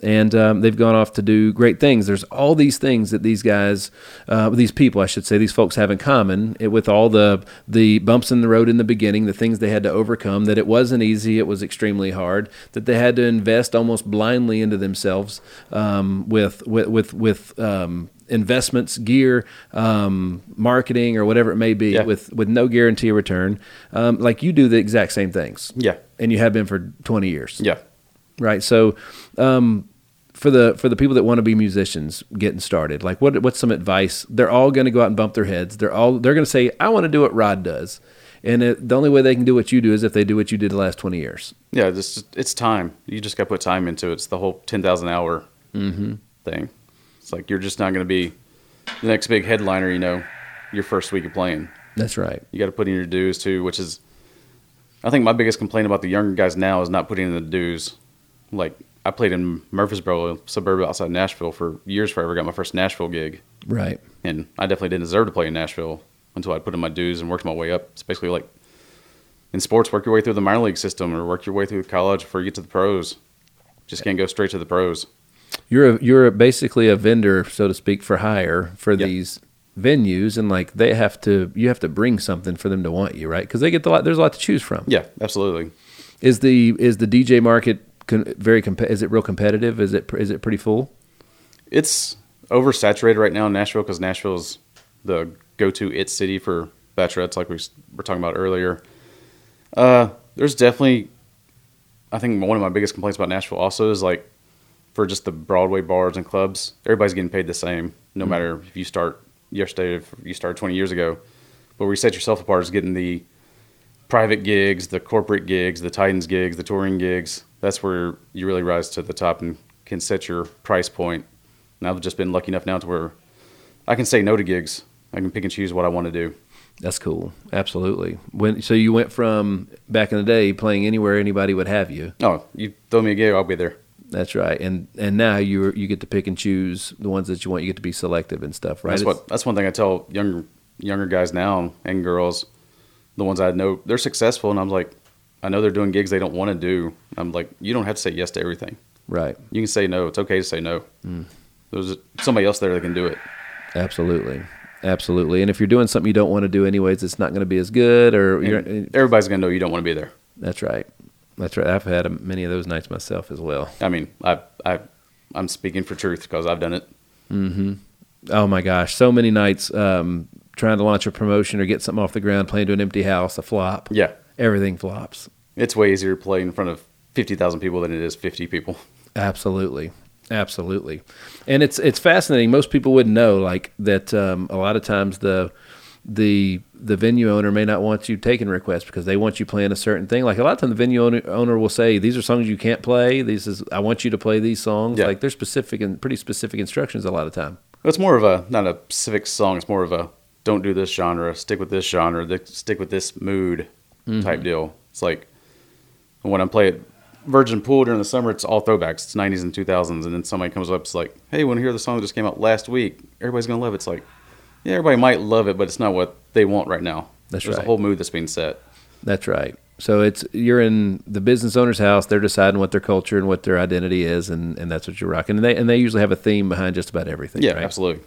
Speaker 1: and um, they've gone off to do great things. There's all these things that these guys, uh, these people, I should say, these folks have in common. It, with all the the bumps in the road in the beginning, the things they had to overcome. That it wasn't easy. It was extremely hard. That they had to invest almost blindly into themselves um, with with with with. Um, investments, gear, um, marketing, or whatever it may be,
Speaker 3: Yeah.
Speaker 1: with with no guarantee of return. Um, like you do the exact same things,
Speaker 3: Yeah.
Speaker 1: and you have been for twenty years,
Speaker 3: Yeah.
Speaker 1: right? So, um, for the for the people that want to be musicians, getting started, like what what's some advice? They're all going to go out and bump their heads. They're all they're going to say, "I want to do what Rod does," and it, the only way they can do what you do is if they do what you did the last twenty years.
Speaker 3: Yeah. This it's time. You just got to put time into it. It's the whole ten thousand hour thing. It's like you're just not going to be the next big headliner. You know, your first week of playing.
Speaker 1: That's right.
Speaker 3: You got to put in your dues too, which is, I think my biggest complaint about the younger guys now is not putting in the dues. Like I played in Murfreesboro, a suburb outside Nashville, for years. Forever got my first Nashville gig,
Speaker 1: Right.
Speaker 3: and I definitely didn't deserve to play in Nashville until I put in my dues and worked my way up. It's basically like in sports, work your way through the minor league system or work your way through college before you get to the pros. Just can't go straight to the pros.
Speaker 1: you're a, you're basically a vendor, so to speak, for hire for
Speaker 3: Yeah.
Speaker 1: these venues, and like they have to, you have to bring something for them to want you, right? Because they get the lot. There's a lot to choose from.
Speaker 3: Yeah, absolutely.
Speaker 1: Is the is the DJ market con- very comp- Is it real competitive? Is it is it pretty full?
Speaker 3: it's oversaturated right now in Nashville because Nashville's the go-to it city for bachelorettes, like we s- were talking about earlier. Uh, there's definitely, I think one of my biggest complaints about Nashville also is like for just the Broadway bars and clubs, everybody's getting paid the same, no matter if you start yesterday, if you started 20 years ago. But where you set yourself apart is getting the private gigs, the corporate gigs, the Titans gigs, the touring gigs. That's where you really rise to the top and can set your price point. And I've just been lucky enough now to where I can say no to gigs. I can pick and choose what I want to do.
Speaker 1: That's cool. Absolutely. When so you went from back in the day playing anywhere anybody would have you.
Speaker 3: Oh, you throw me a gig, I'll be there.
Speaker 1: That's right. And and now you you get to pick and choose the ones that you want. You get to be selective and stuff, right?
Speaker 3: That's
Speaker 1: It's-
Speaker 3: what that's one thing I tell younger younger guys now and girls, the ones I know, they're successful and I'm like, I know they're doing gigs they don't want to do. I'm like, you don't have to say yes to everything.
Speaker 1: right.
Speaker 3: You can say no. It's okay to say no.
Speaker 1: Mm.
Speaker 3: There's somebody else there that can do it.
Speaker 1: Absolutely. Absolutely. And if you're doing something you don't want to do anyways, it's not going to be as good or
Speaker 3: And
Speaker 1: you're, uh,
Speaker 3: everybody's gonna know you don't want to be there.
Speaker 1: that's right. That's right. I've had many of those nights myself as well.
Speaker 3: I mean, I I I'm speaking for truth because I've done it.
Speaker 1: Oh my gosh. So many nights, um, trying to launch a promotion or get something off the ground, playing to an empty house, a flop.
Speaker 3: Yeah,
Speaker 1: Everything flops.
Speaker 3: it's way easier to play in front of fifty thousand people than it is fifty people.
Speaker 1: Absolutely. Absolutely. And it's it's fascinating. Most people wouldn't know like that um, a lot of times the the the venue owner may not want you taking requests because they want you playing a certain thing. Like a lot of time the venue owner, owner will say these are songs you can't play. These is I want you to play these songs.
Speaker 3: Yeah.
Speaker 1: Like they're specific and pretty specific instructions a lot of time.
Speaker 3: It's more of a not a specific song. It's more of a don't do this genre, stick with this genre, th- stick with this mood
Speaker 1: Mm-hmm.
Speaker 3: type deal. It's like when I play at Virgin Pool during the summer, it's all throwbacks. It's nineties and two thousands, and then somebody comes up, it's like, hey, want to hear the song that just came out last week? Everybody's gonna love it. It's like, yeah, everybody might love it, but it's not what they want right now.
Speaker 1: That's
Speaker 3: There's
Speaker 1: right.
Speaker 3: a whole mood that's being set.
Speaker 1: That's right. So it's you're in the business owner's house. They're deciding what their culture and what their identity is, and, and that's what you're rocking. And they and they usually have a theme behind just about everything.
Speaker 3: Yeah,
Speaker 1: right?
Speaker 3: absolutely.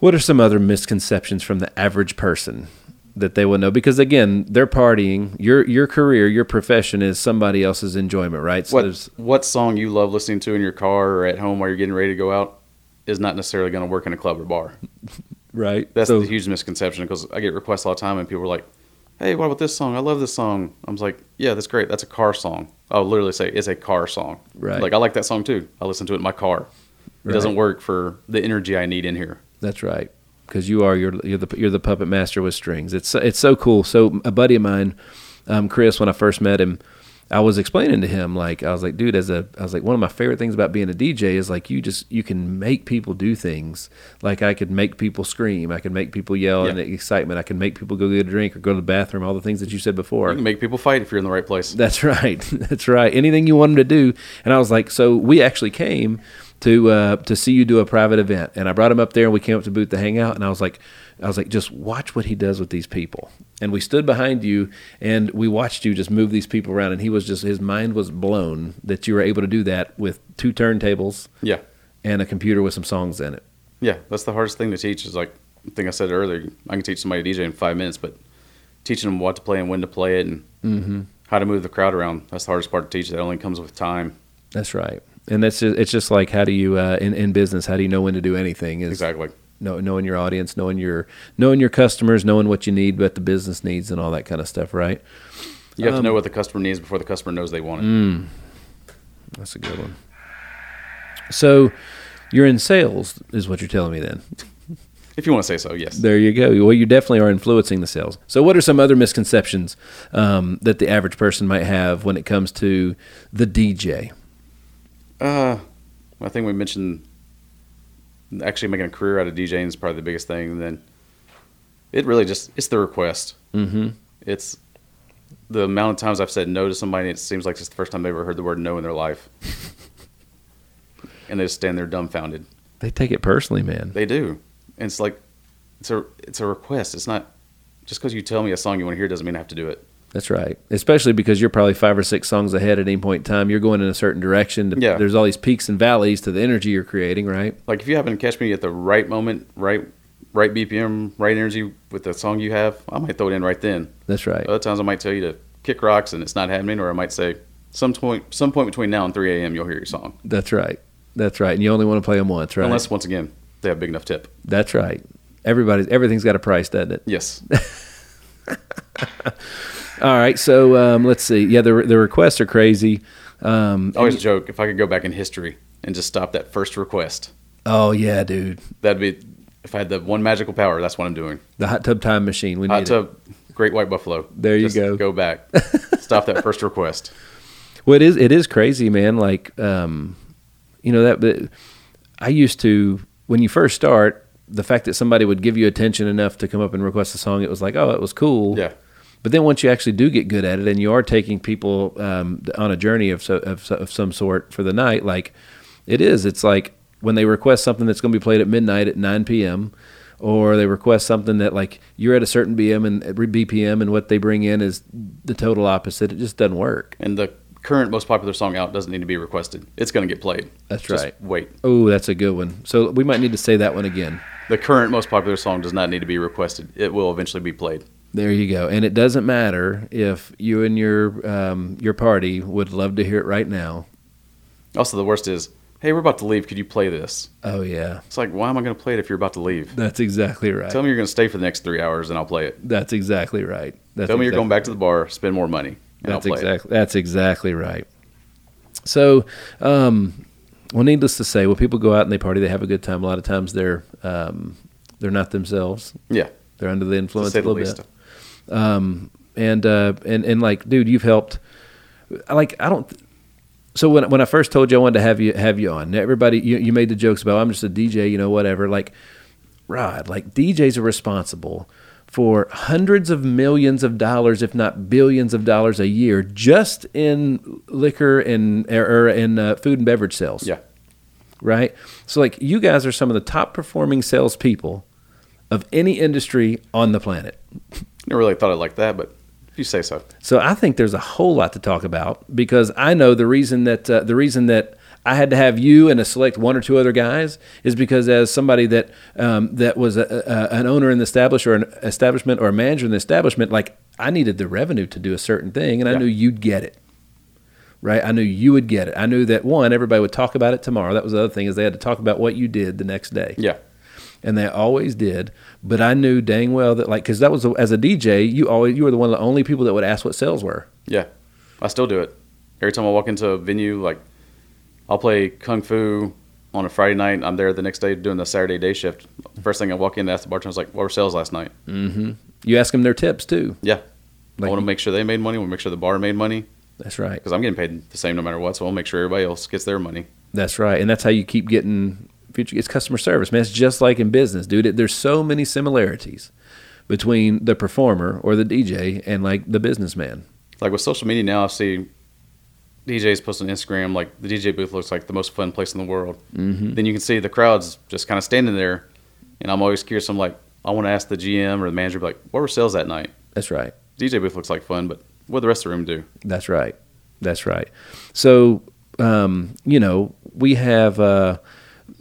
Speaker 1: What are some other misconceptions from the average person that they will know? Because again, they're partying. Your your career, your profession is somebody else's enjoyment, right? So
Speaker 3: what
Speaker 1: there's
Speaker 3: what song you love listening to in your car or at home while you're getting ready to go out is not necessarily going to work in a club or bar.
Speaker 1: right.
Speaker 3: That's
Speaker 1: so,
Speaker 3: the huge misconception because I get requests all the time and people are like, "Hey, what about this song? I love this song." I'm just like, "Yeah, that's great. That's a car song." I'll literally say, "It's a car song."
Speaker 1: Right.
Speaker 3: Like I like that song too. I listen to it in my car. It
Speaker 1: Right.
Speaker 3: doesn't work for the energy I need in here.
Speaker 1: That's right. Because you are you're, you're the you're the puppet master with strings. It's so- it's so cool. So a buddy of mine, um, Chris, when I first met him, I was explaining to him like I was like, dude, as a I was like one of my favorite things about being a DJ is like you just you can make people do things. Like I could make people scream, I could make people yell
Speaker 3: Yeah.
Speaker 1: and excitement, I can make people go get a drink or go to the bathroom, all the things that you said before.
Speaker 3: You can make people fight if you're in the right place.
Speaker 1: That's right. That's right. Anything you want them to do. And I was like, so we actually came to uh, to see you do a private event, and I brought him up there, and we came up to booth to hang out, and I was like, I was like, just watch what he does with these people. And we stood behind you, and we watched you just move these people around, and he was just his mind was blown that you were able to do that with two turntables
Speaker 3: Yeah.
Speaker 1: and a computer with some songs in it.
Speaker 3: Yeah. That's the hardest thing to teach is like the thing I said earlier. I can teach somebody to DJ in five minutes, but teaching them what to play and when to play it and
Speaker 1: Mm-hmm.
Speaker 3: how to move the crowd around, that's the hardest part to teach. That only comes with time.
Speaker 1: That's right. And that's just, it's just like how do you uh, in in business how do you know when to do anything is
Speaker 3: Exactly.
Speaker 1: know, knowing your audience, knowing your knowing your customers, knowing what you need, what the business needs, and all that kind of stuff. Right?
Speaker 3: You
Speaker 1: um
Speaker 3: have to know what the customer needs before the customer knows they want it.
Speaker 1: That's a good one. So, you're in sales, is what you're telling me. Then
Speaker 3: If you want to say so, yes.
Speaker 1: there you go. Well, you definitely are influencing the sales. So, what are some other misconceptions um, that the average person might have when it comes to the DJ?
Speaker 3: Uh, I think we mentioned actually making a career out of DJing is probably the biggest thing. And then it really just it's the request.
Speaker 1: Mm-hmm.
Speaker 3: It's the amount of times I've said no to somebody. It seems like it's the first time they've ever heard the word no in their life, and they just stand there dumbfounded.
Speaker 1: They take it personally, man.
Speaker 3: They do, and it's like it's a it's a request. It's not just because you tell me a song you want to hear doesn't mean I have to do it.
Speaker 1: That's right. Especially because you're probably five or six songs ahead at any point in time. You're going in a certain direction.
Speaker 3: Yeah.
Speaker 1: There's all these peaks and valleys to the energy you're creating, right?
Speaker 3: Like if you happen to catch me at the right moment, right right BPM, right energy with the song you have, I might throw it in right then.
Speaker 1: That's right.
Speaker 3: Other times I might tell you to kick rocks and it's not happening, or I might say some point some point between now and 3 a.m. you'll hear your song,
Speaker 1: That's right. That's right. And you only want to play them once, right?
Speaker 3: unless once again they have a big enough tip.
Speaker 1: That's right. Everybody's everything's got a price, doesn't it?
Speaker 3: Yes,
Speaker 1: All right. So um, let's see. Yeah, the the requests are crazy. Um,
Speaker 3: I always joke if I could go back in history and just stop that first request,
Speaker 1: oh yeah, dude,
Speaker 3: that'd be if I had the one magical power. That's what I'm doing.
Speaker 1: the hot tub time machine. We need
Speaker 3: Hot
Speaker 1: it.
Speaker 3: tub, great white buffalo.
Speaker 1: There you
Speaker 3: Just
Speaker 1: go.
Speaker 3: Go back, stop that first request.
Speaker 1: Well, it is it is crazy, man. Like, um, you know that. But I used to when you first start, the fact that somebody would give you attention enough to come up and request a song, it was like, oh, it was cool.
Speaker 3: Yeah.
Speaker 1: But then once you actually do get good at it, and you are taking people um, on a journey of so, of so- of some sort for the night, like it is. It's like when they request something that's going to be played at midnight at 9 p.m. Or they request something that like you're at a certain BM and uh, BPM, and what they bring in is the total opposite. It just doesn't work.
Speaker 3: And the current most popular song out doesn't need to be requested. It's going to get played.
Speaker 1: That's
Speaker 3: Just
Speaker 1: right.
Speaker 3: Wait,
Speaker 1: Oh, that's a good one. So we might need to say that one again.
Speaker 3: the current most popular song does not need to be requested. It will eventually be played.
Speaker 1: There you go. And it doesn't matter if you and your um, your party would love to hear it right now.
Speaker 3: Also, the worst is, hey, we're about to leave. Could you play this?
Speaker 1: Oh yeah,
Speaker 3: It's like, why am I going to play it if you're about to leave?
Speaker 1: that's exactly right.
Speaker 3: Tell me you're going to stay for the next three hours and I'll play it.
Speaker 1: that's exactly right. That's
Speaker 3: Tell me you're
Speaker 1: exactly-
Speaker 3: going back to the bar, spend more money, and I'll
Speaker 1: That's
Speaker 3: play it.
Speaker 1: exactly that's exactly right. So, um, well, needless to say, when people go out and they party, they have a good time. A lot of times they're um, they're not themselves.
Speaker 3: Yeah,
Speaker 1: They're under the
Speaker 3: to
Speaker 1: influence
Speaker 3: say
Speaker 1: a
Speaker 3: the
Speaker 1: little
Speaker 3: least.
Speaker 1: bit. and uh and and like dude you've helped I like i don't so when when i first told you i wanted to have you have you on everybody you, you made the jokes about i'm just a dj you know whatever like rod like djs are responsible for hundreds of millions of dollars if not billions of dollars a year just in liquor and or in uh, food and beverage sales
Speaker 3: Yeah,
Speaker 1: right? So like you guys are some of the top performing salespeople of any industry on the planet.
Speaker 3: never really thought it like that, but if you say so.
Speaker 1: So I think there's a whole lot to talk about because I know the reason that uh, the reason that I had to have you and a select one or two other guys is because as somebody that um, that was a, a, an owner in the establishment or an establishment or a manager in the establishment, like I needed the revenue to do a certain thing, and I
Speaker 3: Yeah.
Speaker 1: knew you'd get it. Right, I knew you would get it. I knew that one, everybody would talk about it tomorrow. That was the other thing is they had to talk about what you did the next day
Speaker 3: Yeah,
Speaker 1: and they always did. But I knew dang well that like because that was as a DJ, you always you were the one of the only people that would ask what sales were.
Speaker 3: yeah. I still do it. Every time I walk into a venue, like I'll play Kung Fu on a Friday night. I'm there the next day doing the Saturday day shift. First thing I walk in, I ask the bartender, I was like, what were sales last night?
Speaker 1: Mm-hmm. You ask them their tips too.
Speaker 3: Yeah.
Speaker 1: Like-
Speaker 3: I want to make sure they made money. want to make sure the bar made money.
Speaker 1: That's right.
Speaker 3: because I'm getting paid the same no matter what. So I'll make sure everybody else gets their money.
Speaker 1: That's right. And that's how you keep getting future. It's customer service, man. It's just like in business, dude. It, there's so many similarities between the performer or the DJ and like the businessman.
Speaker 3: Like with social media now, I see DJs post on Instagram like the DJ booth looks like the most fun place in the world. Mm-hmm. Then you can see the crowds just kind of standing there, and I'm always curious. I'm like, I want to ask the GM or the manager, be like, what were sales that night?
Speaker 1: That's right.
Speaker 3: DJ booth looks like fun, but what the rest of the room do?
Speaker 1: That's right. That's right. So, um, you know, we have uh,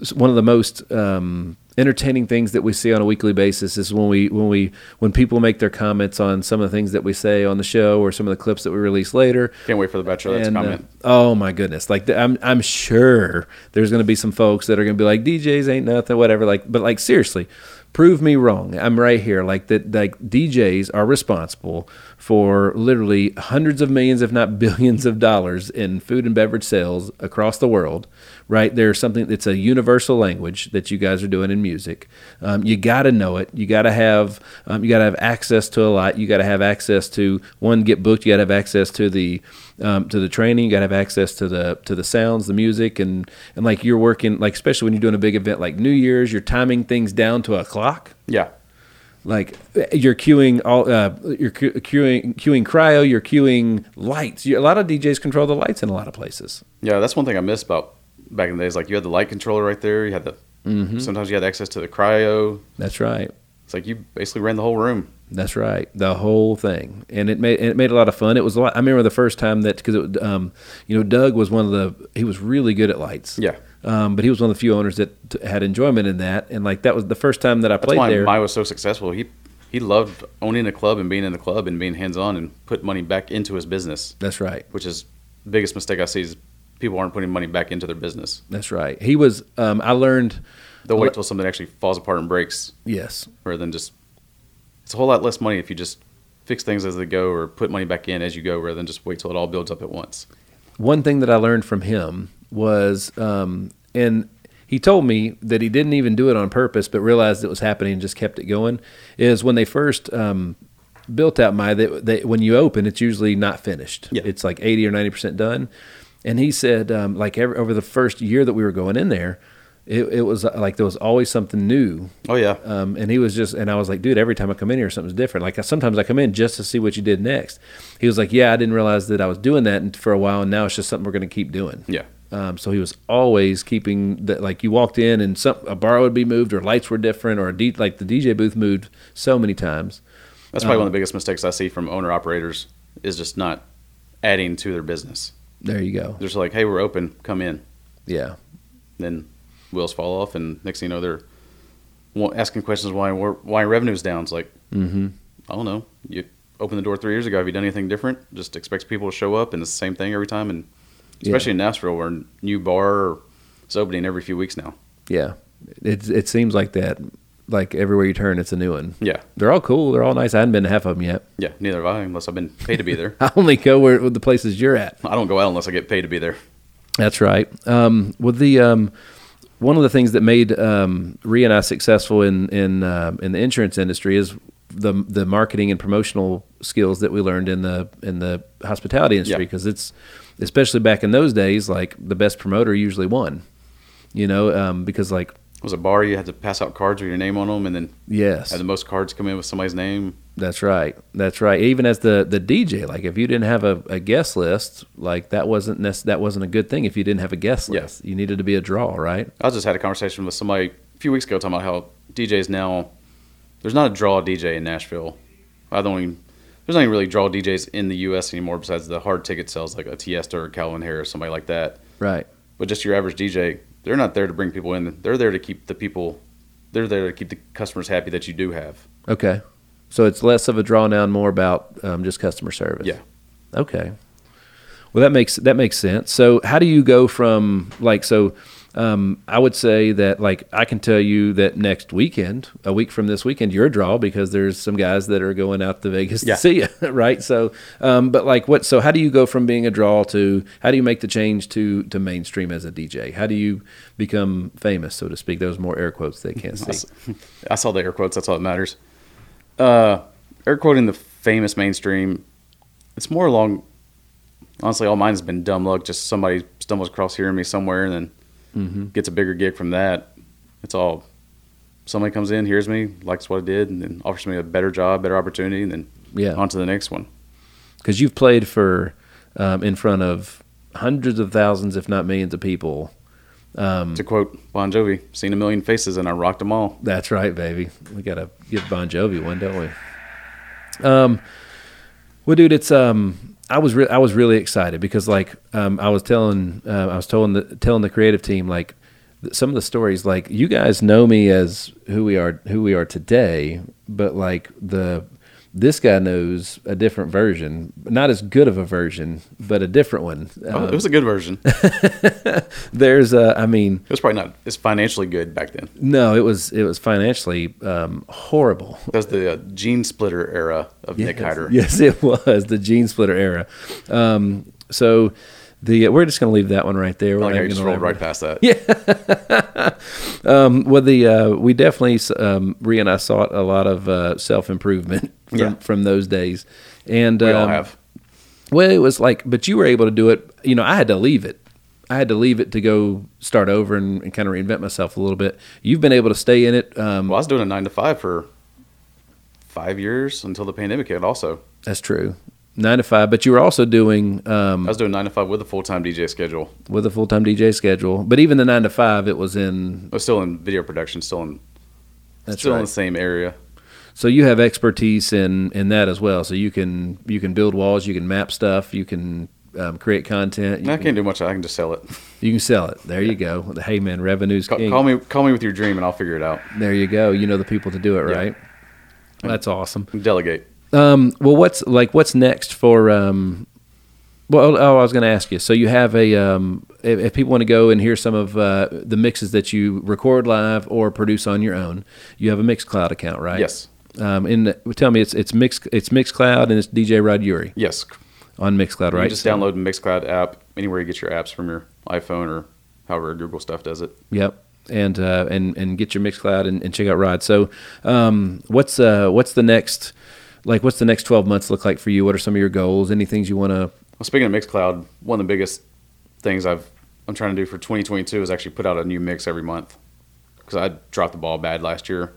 Speaker 1: s- one of the most um, entertaining things that we see on a weekly basis is when we when we when people make their comments on some of the things that we say on the show or some of the clips that we release later.
Speaker 3: Can't wait for the Bachelorette's
Speaker 1: And, uh,
Speaker 3: comment.
Speaker 1: oh my goodness! Like the, I'm, I'm sure there's going to be some folks that are going to be like DJs ain't nothing, whatever. Like, but like seriously, prove me wrong. I'm right here. Like that, like DJs are responsible for literally hundreds of millions, if not billions, of dollars in food and beverage sales across the world. Right? There's something that's a universal language that you guys are doing in music. Um, you got to know it. You got to have um, you got to have access to a lot. You got to have access to one get booked. You got to have access to the um, to the training. You got to have access to the to the sounds, the music, and and like you're working like especially when you're doing a big event like New Year's, you're timing things down to a clock.
Speaker 3: Yeah,
Speaker 1: Like you're queuing all, uh, you're que- queuing queuing cryo, you're queuing lights. You, a lot of DJs control the lights in a lot of places.
Speaker 3: yeah, that's one thing I miss about back in the days. Like you had the light controller right there. You had the
Speaker 1: Mm-hmm.
Speaker 3: sometimes you had access to the cryo.
Speaker 1: That's right.
Speaker 3: It's like you basically ran the whole room.
Speaker 1: That's right, the whole thing, and it made and it made a lot of fun. It was a lot. I remember the first time that because um, you know Doug was one of the he was really good at lights.
Speaker 3: Yeah.
Speaker 1: Um, but he was one of the few owners that t- had enjoyment in that, and like that was the first time that I
Speaker 3: That's
Speaker 1: played
Speaker 3: why
Speaker 1: there.
Speaker 3: Mai was so successful. He he loved owning a club and being in the club and being hands on and put money back into his business,
Speaker 1: That's right.
Speaker 3: which is the biggest mistake I see is people aren't putting money back into their business.
Speaker 1: That's right. He was. Um, I learned.
Speaker 3: They'll wait till something actually falls apart and breaks,
Speaker 1: Yes,
Speaker 3: rather than just it's a whole lot less money if you just fix things as they go or put money back in as you go, rather than just wait till it all builds up at once.
Speaker 1: one thing that I learned from him was, um, and he told me that he didn't even do it on purpose, but realized it was happening and just kept it going. Is when they first um, built out my that they, when you open, it's usually not finished.
Speaker 3: Yeah.
Speaker 1: It's like eighty or ninety percent done. And he said, um, like every, over the first year that we were going in there, it, it was uh, like there was always something new
Speaker 3: Oh yeah,
Speaker 1: Um, and he was just, and I was like, dude, every time I come in here, something's different. Like I, sometimes I come in just to see what you did next. He was like, yeah, I didn't realize that I was doing that for a while, and now it's just something we're going to keep doing.
Speaker 3: yeah.
Speaker 1: Um, so he was always keeping that. Like you walked in, and some a bar would be moved, or lights were different, or a D, like the DJ booth moved so many times.
Speaker 3: That's probably one of the biggest mistakes I see from owner operators is just not adding to their business.
Speaker 1: There you go.
Speaker 3: They're just like, hey, we're open, come in.
Speaker 1: Yeah,
Speaker 3: Then wheels fall off, and next thing you know, they're wa- asking questions why we're- why revenue's down. It's like, I don't know. You opened the door three years ago. Have you done anything different? Just expects people to show up, and it's the same thing every time. And
Speaker 1: Yeah.
Speaker 3: especially in Nashville, where a new bar is opening every few weeks now.
Speaker 1: yeah. It it seems like that. Like everywhere you turn, it's a new one.
Speaker 3: Yeah,
Speaker 1: They're all cool. They're all nice. I hadn't been to half of them yet.
Speaker 3: yeah. Neither have I, unless I've been paid to be there.
Speaker 1: I only go where with the places you're at.
Speaker 3: I don't go out unless I get paid to be there.
Speaker 1: That's right. Um, well, the um, one of the things that made um, Rhea and I successful in in um in the insurance industry is the the marketing and promotional skills that we learned in the in the hospitality industry
Speaker 3: Yeah.
Speaker 1: because it's especially back in those days like the best promoter usually won, you know, um, because like
Speaker 3: It was a bar. You had to pass out cards with your name on them, and then
Speaker 1: yes,
Speaker 3: had the most cards come in with somebody's name.
Speaker 1: That's right. That's right. Even as the the DJ, like if you didn't have a, a guest list, like that wasn't nec- that wasn't a good thing. If you didn't have a guest
Speaker 3: Yeah.
Speaker 1: list, you needed to be a draw, right?
Speaker 3: I just had a conversation with somebody a few weeks ago talking about how DJs now there's not a draw DJ in Nashville. I don't even there's not even really draw DJs in the US anymore besides the hard ticket sales like a Tiesta or Calvin Harris, somebody like that.
Speaker 1: Right.
Speaker 3: But just your average DJ, they're not there to bring people in. They're there to keep the people they're there to keep the customers happy that you do have.
Speaker 1: Okay. So it's less of a draw now, and more about um, just customer service.
Speaker 3: Yeah.
Speaker 1: Okay. Well, that makes that makes sense. So how do you go from like so? Um, I would say that like I can tell you that next weekend, a week from this weekend, you're a draw because there's some guys that are going out to Vegas
Speaker 3: Yeah.
Speaker 1: to see you, right? So, um, but like what? So how do you go from being a draw to how do you make the change to to mainstream as a DJ? How do you become famous, so to speak? Those more air quotes they can't see.
Speaker 3: I s- I saw the air quotes. That's all that matters. Uh, air quoting the famous mainstream. It's more along. honestly, all mine's been dumb luck. Just somebody stumbles across hearing me somewhere and then
Speaker 1: Mm-hmm.
Speaker 3: gets a bigger gig from that. It's all somebody comes in, hears me, likes what I did, and then offers me a better job, better opportunity, and then
Speaker 1: Yeah.
Speaker 3: on to the next one.
Speaker 1: because you've played for um, in front of hundreds of thousands, if not millions, of people. Mm.
Speaker 3: To quote Bon Jovi, "Seen a million faces and I rocked them all."
Speaker 1: That's right, baby. We gotta give Bon Jovi one, don't we? Um, well, dude, it's um, I was re- I was really excited because like um, I was telling uh, I was telling the telling the creative team like th- some of the stories like you guys know me as who we are who we are today, but like the this guy knows a different version, not as good of a version, but a different one.
Speaker 3: Oh,
Speaker 1: Uh,
Speaker 3: it was a good version. It
Speaker 1: there's a, I mean,
Speaker 3: was probably not as financially good back then.
Speaker 1: no, it was it was financially um, horrible.
Speaker 3: That's the uh, gene splitter era of Nick Hyder.
Speaker 1: Yes, it was the gene splitter era. Um, so the uh, we're just going to leave that one right there. We're
Speaker 3: I like
Speaker 1: not
Speaker 3: how you just
Speaker 1: gonna
Speaker 3: rolled right
Speaker 1: elaborate.
Speaker 3: past that.
Speaker 1: Um, well, the uh, we definitely um, Rhea and I sought a lot of uh, self improvement from,
Speaker 3: Yeah.
Speaker 1: from those days, and
Speaker 3: We all
Speaker 1: um,
Speaker 3: have.
Speaker 1: Well, it was like, but you were able to do it. You know, I had to leave it. I had to leave it to go start over and, and kind of reinvent myself a little bit. You've been able to stay in it. Um,
Speaker 3: Well, I was doing a nine to five for five years until the pandemic hit. Also,
Speaker 1: that's true. Nine to five, but you were also doing um,
Speaker 3: I was doing nine to five with a full time DJ schedule.
Speaker 1: with a full time DJ schedule. But even the nine to five, it was in.
Speaker 3: I was still in video production, still in
Speaker 1: That's
Speaker 3: still in
Speaker 1: right.
Speaker 3: the same area.
Speaker 1: So you have expertise in in that as well. So you can you can build walls, you can map stuff, you can um, create content. You
Speaker 3: I
Speaker 1: can,
Speaker 3: can't do much. I can just sell it.
Speaker 1: you can sell it. There you go. Hey man, revenues
Speaker 3: Call,
Speaker 1: king.
Speaker 3: call me, call me with your dream, and I'll figure it out.
Speaker 1: There you go. You know the people to do it,
Speaker 3: Yeah.
Speaker 1: right? That's awesome.
Speaker 3: Delegate.
Speaker 1: Um, well, what's like what's next for? Um, well, oh, I was going to ask you. So you have a um, if, if people want to go and hear some of uh, the mixes that you record live or produce on your own, you have a Mixcloud account, right?
Speaker 3: Yes.
Speaker 1: Um, and tell me, it's it's mix it's Mixcloud and it's DJ Rod Yuri
Speaker 3: Yes,
Speaker 1: on Mixcloud,
Speaker 3: You
Speaker 1: right?
Speaker 3: just download the Mixcloud app anywhere you get your apps from your iPhone or however Google stuff does it.
Speaker 1: Yep. And uh, and and get your Mixcloud and, and check out Rod. So, um, what's uh, what's the next like what's the next twelve months look like for you? What are some of your goals? Any things you want to?
Speaker 3: Well, speaking of Mixcloud, one of the biggest things I've I'm trying to do for 2022 is actually put out a new mix every month because I dropped the ball bad last year.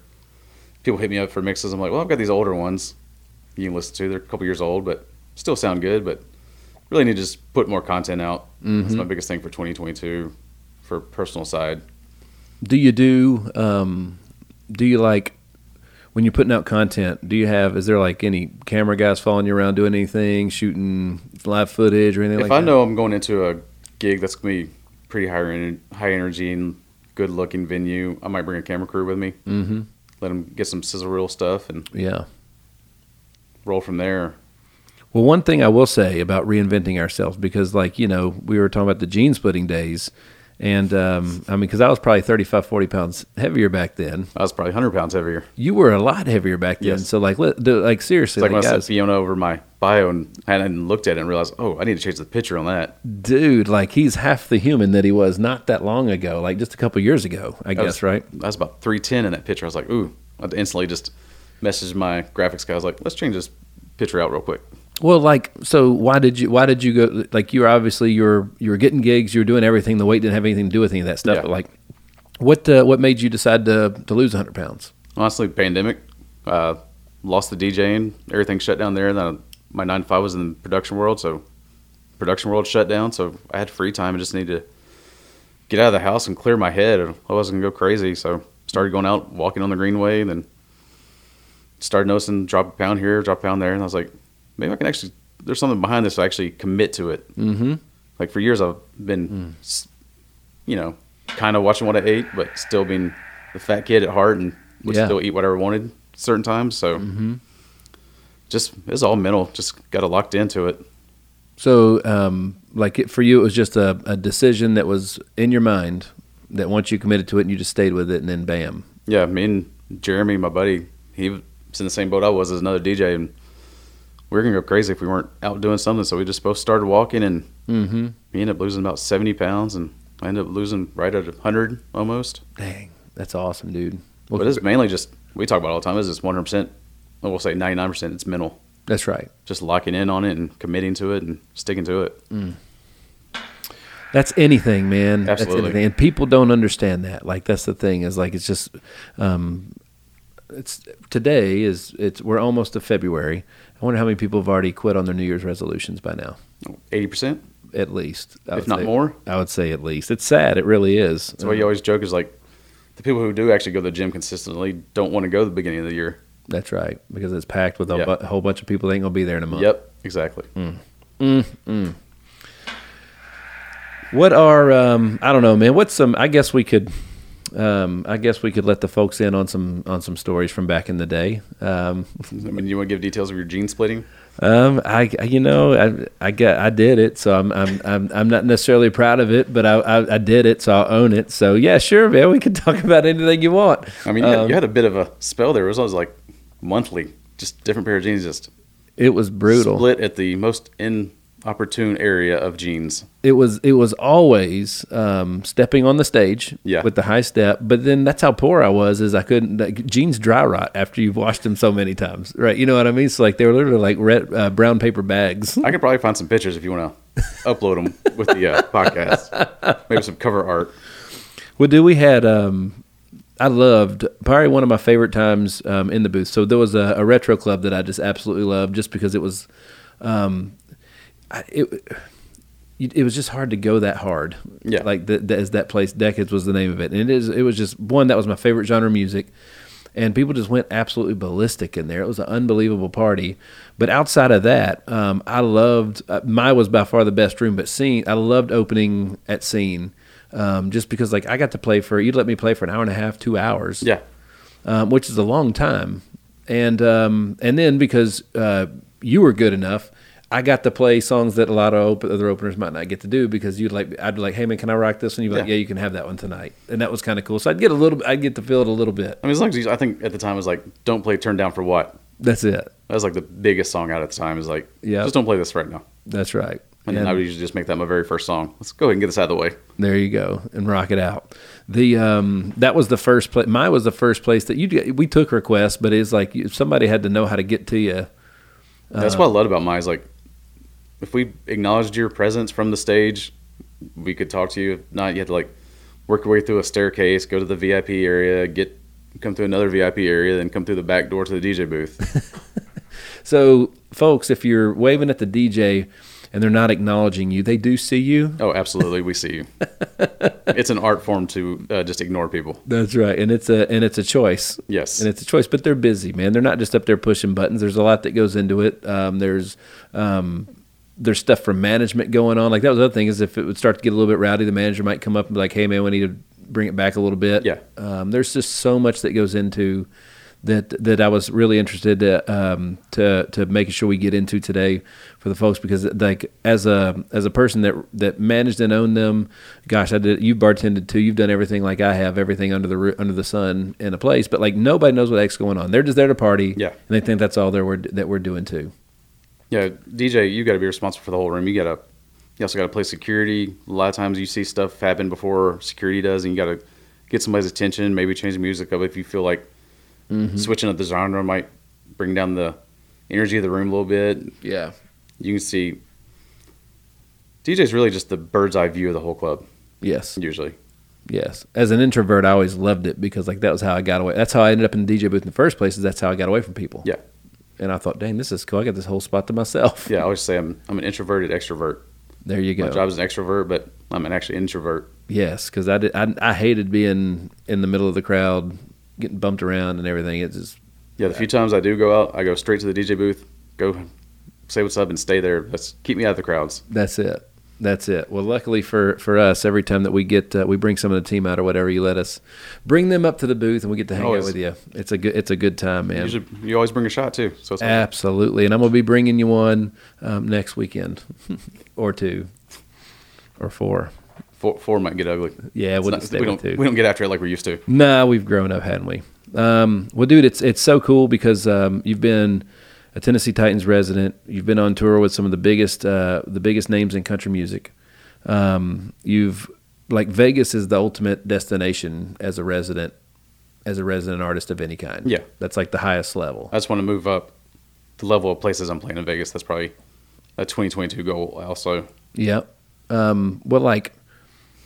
Speaker 3: People hit me up for mixes. I'm like, well, I've got these older ones you can listen to. They're a couple years old, but still sound good. But really need to just put more content out.
Speaker 1: mm-hmm.
Speaker 3: That's my biggest thing for 2022 for personal side.
Speaker 1: Do you do um, do you like when you're putting out content? Do you have is there like any camera guys following you around doing anything, shooting live footage or anything
Speaker 3: if
Speaker 1: like
Speaker 3: I
Speaker 1: that?
Speaker 3: know I'm going into a gig that's gonna be pretty high en- high energy and good looking venue, I might bring a camera crew with me. Mm-hmm. Let them get some sizzle reel stuff and
Speaker 1: Yeah.
Speaker 3: roll from there.
Speaker 1: Well, one thing I will say about reinventing ourselves, because like, you know, we were talking about the gene splitting days. And um, I mean, because I was probably 35, 40 pounds heavier back then.
Speaker 3: I was probably 100 pounds heavier.
Speaker 1: You were a lot heavier back then.
Speaker 3: Yes.
Speaker 1: So, like, let, do, like seriously,
Speaker 3: It's like,
Speaker 1: like,
Speaker 3: when I
Speaker 1: guys,
Speaker 3: said Fiona over my bio and I hadn't looked at it and realized, oh, I need to change the picture on that.
Speaker 1: dude, like he's half the human that he was not that long ago, like just a couple years ago, I
Speaker 3: I
Speaker 1: guess,
Speaker 3: was-
Speaker 1: right?
Speaker 3: I was about 310 in that picture. I was like, ooh, I instantly just messaged my graphics guy. I was like, let's change this picture out real quick.
Speaker 1: Well, like, so why did you why did you go? Like, you were obviously you were you were getting gigs, you were doing everything. The weight didn't have anything to do with any of that stuff.
Speaker 3: Yeah.
Speaker 1: But like, what uh, what made you decide to to lose 100 pounds?
Speaker 3: Honestly, pandemic, uh, lost the DJing, everything shut down there. Then my nine to five was in the production world, so production world shut down. So I had free time. I just needed to get out of the house and clear my head. I wasn't gonna go crazy, so started going out, walking on the greenway, and then started noticing drop a pound here, drop a pound there, and I was like, maybe I can actually. There's something behind this. I actually commit to it.
Speaker 1: Mm-hmm.
Speaker 3: Like for years, I've been, s- you know, kind of watching what I ate, but still being the fat kid at heart and would
Speaker 1: Yeah.
Speaker 3: still eat whatever I wanted certain times. So just it's all mental. Just got locked into it.
Speaker 1: So, um, like it, for you, it was just a, a decision that was in your mind that once you committed to it, and you just stayed with it, and then bam.
Speaker 3: Yeah, me and Jeremy, my buddy, he was in the same boat I was as another DJ, and we were gonna go crazy if we weren't out doing something. So we just both started walking, and
Speaker 1: Mm-hmm.
Speaker 3: he ended up losing about seventy pounds, and I ended up losing right at hundred almost.
Speaker 1: Dang, that's awesome, dude.
Speaker 3: But it's mainly just we talk about it all the time. Is it's one hundred percent? We'll say ninety nine percent. It's mental.
Speaker 1: That's right.
Speaker 3: just locking in on it and committing to it and sticking to it.
Speaker 1: That's anything, man. That's
Speaker 3: Absolutely.
Speaker 1: anything. And people don't understand that. Like that's the thing is like it's just um it's today is it's we're almost to February. I wonder how many people have already quit on their New Year's resolutions by now.
Speaker 3: Eighty percent.
Speaker 1: At least. I
Speaker 3: If
Speaker 1: would
Speaker 3: not
Speaker 1: say-
Speaker 3: more?
Speaker 1: I would say at least. It's sad, it really is. Um,
Speaker 3: That's why you always joke is like the people who do actually go to the gym consistently don't want to go at the beginning of the year.
Speaker 1: That's right. Because it's packed with a
Speaker 3: Yeah.
Speaker 1: bu- whole bunch of people that ain't gonna be there in a month.
Speaker 3: Yep, exactly.
Speaker 1: Hmm. What are um I don't know, man. What's some I guess we could um I guess we could let the folks in on some on some stories from back in the day. Um
Speaker 3: I mean, you want to give details of your gene splitting?
Speaker 1: Um, I, I- you know, I, I got, I did it, so I'm, I'm, I'm, I'm not necessarily proud of it, but I, I, I did it, so I'll own it. So yeah, sure, man, we can talk about anything you want.
Speaker 3: I mean, you,
Speaker 1: Um,
Speaker 3: had, you had a bit of a spell there. It was always like monthly, just different pair of jeans, just
Speaker 1: it was brutal.
Speaker 3: split at the most inopportune area of jeans.
Speaker 1: It was, it was always, um, stepping on the stage
Speaker 3: Yeah.
Speaker 1: with the high step, but then that's how poor I was is I couldn't, like, jeans dry rot after you've washed them so many times, right? You know what I mean? So like, they were literally like red, uh, brown paper bags.
Speaker 3: I could probably find some pictures if you want to upload them with the uh, podcast. Maybe some cover art.
Speaker 1: Well, do we had? Um, I loved probably one of my favorite times um, in the booth. So there was a, a retro club that I just absolutely loved, just because it was, um, I, it you- it was just hard to go that hard.
Speaker 3: Yeah.
Speaker 1: like the, the, as that place Decades was the name of it, and it is it was just one that was my favorite genre of music. And people just went absolutely ballistic in there. It was an unbelievable party. But outside of that, um, I loved uh, my was by far the best room. But scene, I loved opening at scene, um, just because like I got to play for you'd let me play for an hour and a half, two hours
Speaker 3: Yeah.
Speaker 1: um, which is a long time. And um, and then because uh, you were good enough, I got to play songs that a lot of op- other openers might not get to do because you'd like I'd be like, hey man, can I rock this one? You'd be like,
Speaker 3: Yeah.
Speaker 1: yeah, you can have that one tonight, and that was kind of cool. So I'd get a little, I'd get to feel it a little bit.
Speaker 3: I mean, as long as you, I think at the time it was like, don't play Turn Down for What?
Speaker 1: That's it.
Speaker 3: That was like the biggest song out at the time. Is like,
Speaker 1: Yeah.
Speaker 3: just don't play this right now.
Speaker 1: That's right.
Speaker 3: And, then I would usually just make that my very first song. Let's go ahead and get this out of the way.
Speaker 1: There you go, and rock it out. The um, that was the first place. Mine was the first place that you we took requests, but it's like you- somebody had to know how to get to you.
Speaker 3: That's what I loved about mine is like, if we acknowledged your presence from the stage, we could talk to you. If not, you had to like work your way through a staircase, go to the VIP area, get come through another VIP area, then come through the back door to the DJ booth.
Speaker 1: So, folks, if you're waving at the DJ and they're not acknowledging you, they do see you.
Speaker 3: oh, absolutely, we see you. it's an art form to uh, just ignore people.
Speaker 1: That's right, and it's a and it's a choice.
Speaker 3: Yes.
Speaker 1: and it's a choice. But they're busy, man. They're not just up there pushing buttons. There's a lot that goes into it. Um, there's um, there's stuff from management going on. Like that was the other thing is if it would start to get a little bit rowdy, the manager might come up and be like, "Hey, man, we need to bring it back a little bit."
Speaker 3: Yeah.
Speaker 1: Um, there's just so much that goes into that that I was really interested to, um, to to making sure we get into today for the folks because like as a as a person that that managed and owned them, gosh, I did. You bartended too. You've done everything like I have, everything under the roo- under the sun in a place. But like nobody knows what the heck's going on. They're just there to party.
Speaker 3: Yeah.
Speaker 1: and they think that's all that we're that we're doing too.
Speaker 3: Yeah, DJ, you got to be responsible for the whole room. You got to, you also got to play security. A lot of times you see stuff happen before security does, and you got to get somebody's attention. Maybe change the music up if you feel like switching up the genre might bring down the energy of the room a little bit.
Speaker 1: Yeah,
Speaker 3: You can see DJ's really just the bird's eye view of the whole club
Speaker 1: yes,
Speaker 3: usually.
Speaker 1: yes. As an introvert, I always loved it because like that was how I got away. That's how I ended up in the DJ booth in the first place. Is that's how I got away from people.
Speaker 3: Yeah,
Speaker 1: and I thought, dang, this is cool. I got this whole spot to myself.
Speaker 3: yeah. I always say I'm I'm an introverted extrovert.
Speaker 1: There you go.
Speaker 3: My job is an extrovert, but I'm an actually introvert.
Speaker 1: Yes, because I did. I, I hated being in the middle of the crowd, getting bumped around and everything. It's just
Speaker 3: Yeah, the few times I do go out, I go straight to the DJ booth, go say what's up, and stay there. That's keep me out of the crowds.
Speaker 1: that's it. That's it. Well, luckily for for us, every time that we get uh, we bring some of the team out or whatever, you let us bring them up to the booth and we get to hang
Speaker 3: Always.
Speaker 1: out with you. It's a good it's a good time, man.
Speaker 3: Usually, you always bring a shot too. So it's like,
Speaker 1: Absolutely, and I'm gonna be bringing you one um, next weekend, or two, or four.
Speaker 3: four, four might get ugly.
Speaker 1: Yeah,
Speaker 3: It's
Speaker 1: wouldn't
Speaker 3: not-
Speaker 1: stay
Speaker 3: we
Speaker 1: with
Speaker 3: don't
Speaker 1: two.
Speaker 3: we don't get after it like we used to.
Speaker 1: Nah, we've grown up, hadn't we? Um, well, dude, it's it's so cool because um, you've been a Tennessee Titans resident. You've been on tour with some of the biggest uh, the biggest names in country music. Um, you've like Vegas is the ultimate destination as a resident as a resident artist of any kind.
Speaker 3: Yeah.
Speaker 1: that's like the highest level.
Speaker 3: I just want to move up. the level of places I'm playing in Vegas, that's probably a 2022 goal also.
Speaker 1: Yep. Um, well, like,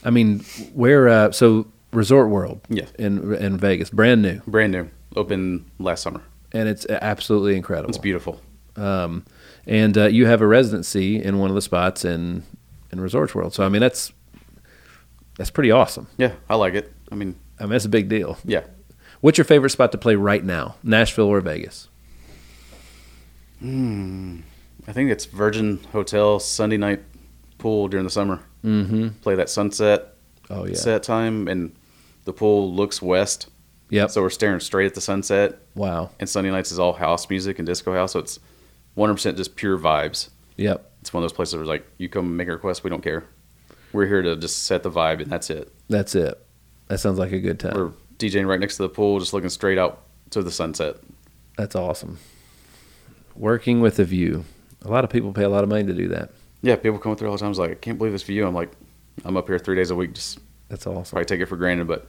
Speaker 1: I mean, where? Uh, so Resort World.
Speaker 3: Yeah.
Speaker 1: In in Vegas, brand new,
Speaker 3: Brand new, opened last summer.
Speaker 1: and it's absolutely incredible.
Speaker 3: It's beautiful.
Speaker 1: Um, and uh, you have a residency in one of the spots in in Resorts World. So I mean, that's that's pretty awesome.
Speaker 3: Yeah, I like it. I mean,
Speaker 1: I mean, that's a big deal.
Speaker 3: yeah.
Speaker 1: What's your favorite spot to play right now, Nashville or Vegas?
Speaker 3: I think it's Virgin Hotel Sunday night pool during the summer. Mm-hmm. Play that sunset
Speaker 1: Oh yeah.
Speaker 3: set time, and the pool looks west,
Speaker 1: Yep.
Speaker 3: so we're staring straight at the sunset.
Speaker 1: wow.
Speaker 3: And Sunday nights is all house music and disco house, so it's 100% just pure vibes.
Speaker 1: Yep.
Speaker 3: It's one of those places where it's like you come make a request, we don't care. We're here to just set the vibe, and that's it.
Speaker 1: That's it. That sounds like a good time.
Speaker 3: We're DJing right next to the pool, just looking straight out to the sunset.
Speaker 1: That's awesome. Working with a view. A lot of people pay a lot of money to do that.
Speaker 3: Yeah, people come through all the time. It's like, I can't believe this view. I'm like, I'm up here three days a week, just
Speaker 1: That's awesome.
Speaker 3: probably take it for granted, but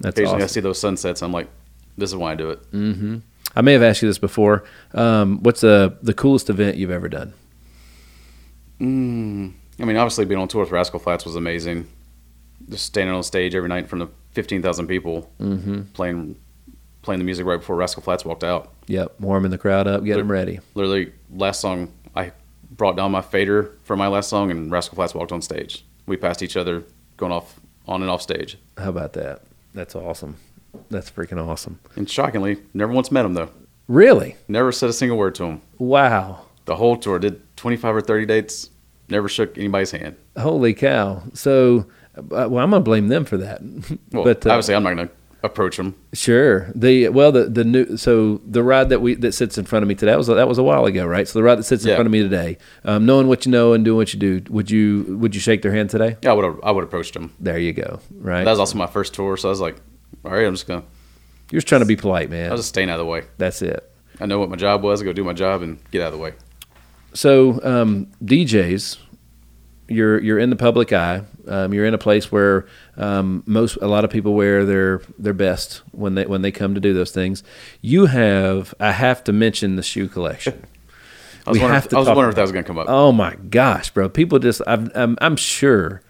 Speaker 1: That's
Speaker 3: Occasionally, I
Speaker 1: awesome. Mm-hmm.
Speaker 3: see those sunsets. I'm like, this is why I do it.
Speaker 1: I may have asked you this before. Um, what's the the coolest event you've ever done?
Speaker 3: Mm. I mean, obviously, being on tour with Rascal Flats was amazing. Just standing on stage every night in front of fifteen thousand people, mm-hmm. playing playing the music right before Rascal Flats walked out.
Speaker 1: Yep, warming the crowd up, getting them ready.
Speaker 3: Literally, last song I brought down my fader for my last song, and Rascal Flats walked on stage. We passed each other going off on and off stage,
Speaker 1: How about that? That's awesome. That's freaking awesome.
Speaker 3: and shockingly, never once met him though.
Speaker 1: Really?
Speaker 3: Never said a single word to him.
Speaker 1: Wow.
Speaker 3: The whole tour did twenty five or thirty dates. Never shook anybody's hand.
Speaker 1: Holy cow. So, uh, well, I'm gonna blame them for that.
Speaker 3: Well,
Speaker 1: but uh,
Speaker 3: obviously, I'm not going to approach him.
Speaker 1: sure. The well, the the new so the ride that we that sits in front of me today that was that was a while ago, right? So the ride that sits in
Speaker 3: Yeah.
Speaker 1: front of me today, um, knowing what you know and doing what you do, would you would you shake their hand today?
Speaker 3: Yeah, I would have. I would have approached him.
Speaker 1: There you go. Right.
Speaker 3: That was also my first tour, so I was like, all right, I'm just gonna.
Speaker 1: You're just trying to be polite, man.
Speaker 3: I was just staying out of the way.
Speaker 1: That's it.
Speaker 3: I know what my job was. I go do my job and get out of the way.
Speaker 1: So um, DJs, you're you're in the public eye. Um, you're in a place where um, most a lot of people wear their their best when they when they come to do those things. You have I have to mention the shoe collection.
Speaker 3: I was
Speaker 1: We
Speaker 3: wondering.
Speaker 1: have
Speaker 3: If,
Speaker 1: to
Speaker 3: I was
Speaker 1: talk
Speaker 3: wondering if
Speaker 1: about
Speaker 3: that was gonna come up.
Speaker 1: Oh my gosh, bro! People just I've, I'm I'm sure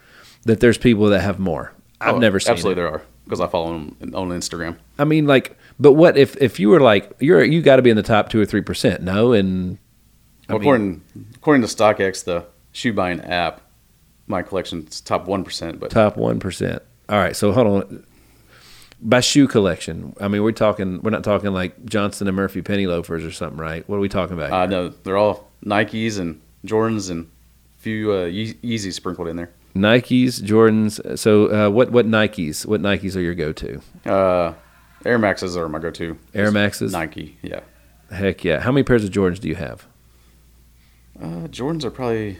Speaker 1: that there's people that have more. I've
Speaker 3: Oh,
Speaker 1: never seen. it.
Speaker 3: Absolutely, there are because I follow him in- on Instagram.
Speaker 1: I mean, like, but what if if you were like you're you got to be in the top two or three percent? No, and
Speaker 3: Well, according according to StockX, the shoe buying app, my collection's top one percent. But
Speaker 1: top one percent. All right, so hold on. By shoe collection, I mean we're talking. We're not talking like Johnson and Murphy penny loafers or something, right? What are we talking about?
Speaker 3: uh, no, they're all Nikes and Jordans and a few uh, Ye- Yeezys sprinkled in there.
Speaker 1: Nikes, Jordans. So uh, what? What Nikes? What Nikes are your go-to?
Speaker 3: Uh, Air Maxes are my go-to.
Speaker 1: Air Maxes.
Speaker 3: Nike, yeah.
Speaker 1: Heck yeah! How many pairs of Jordans do you have?
Speaker 3: Uh, Jordans are probably.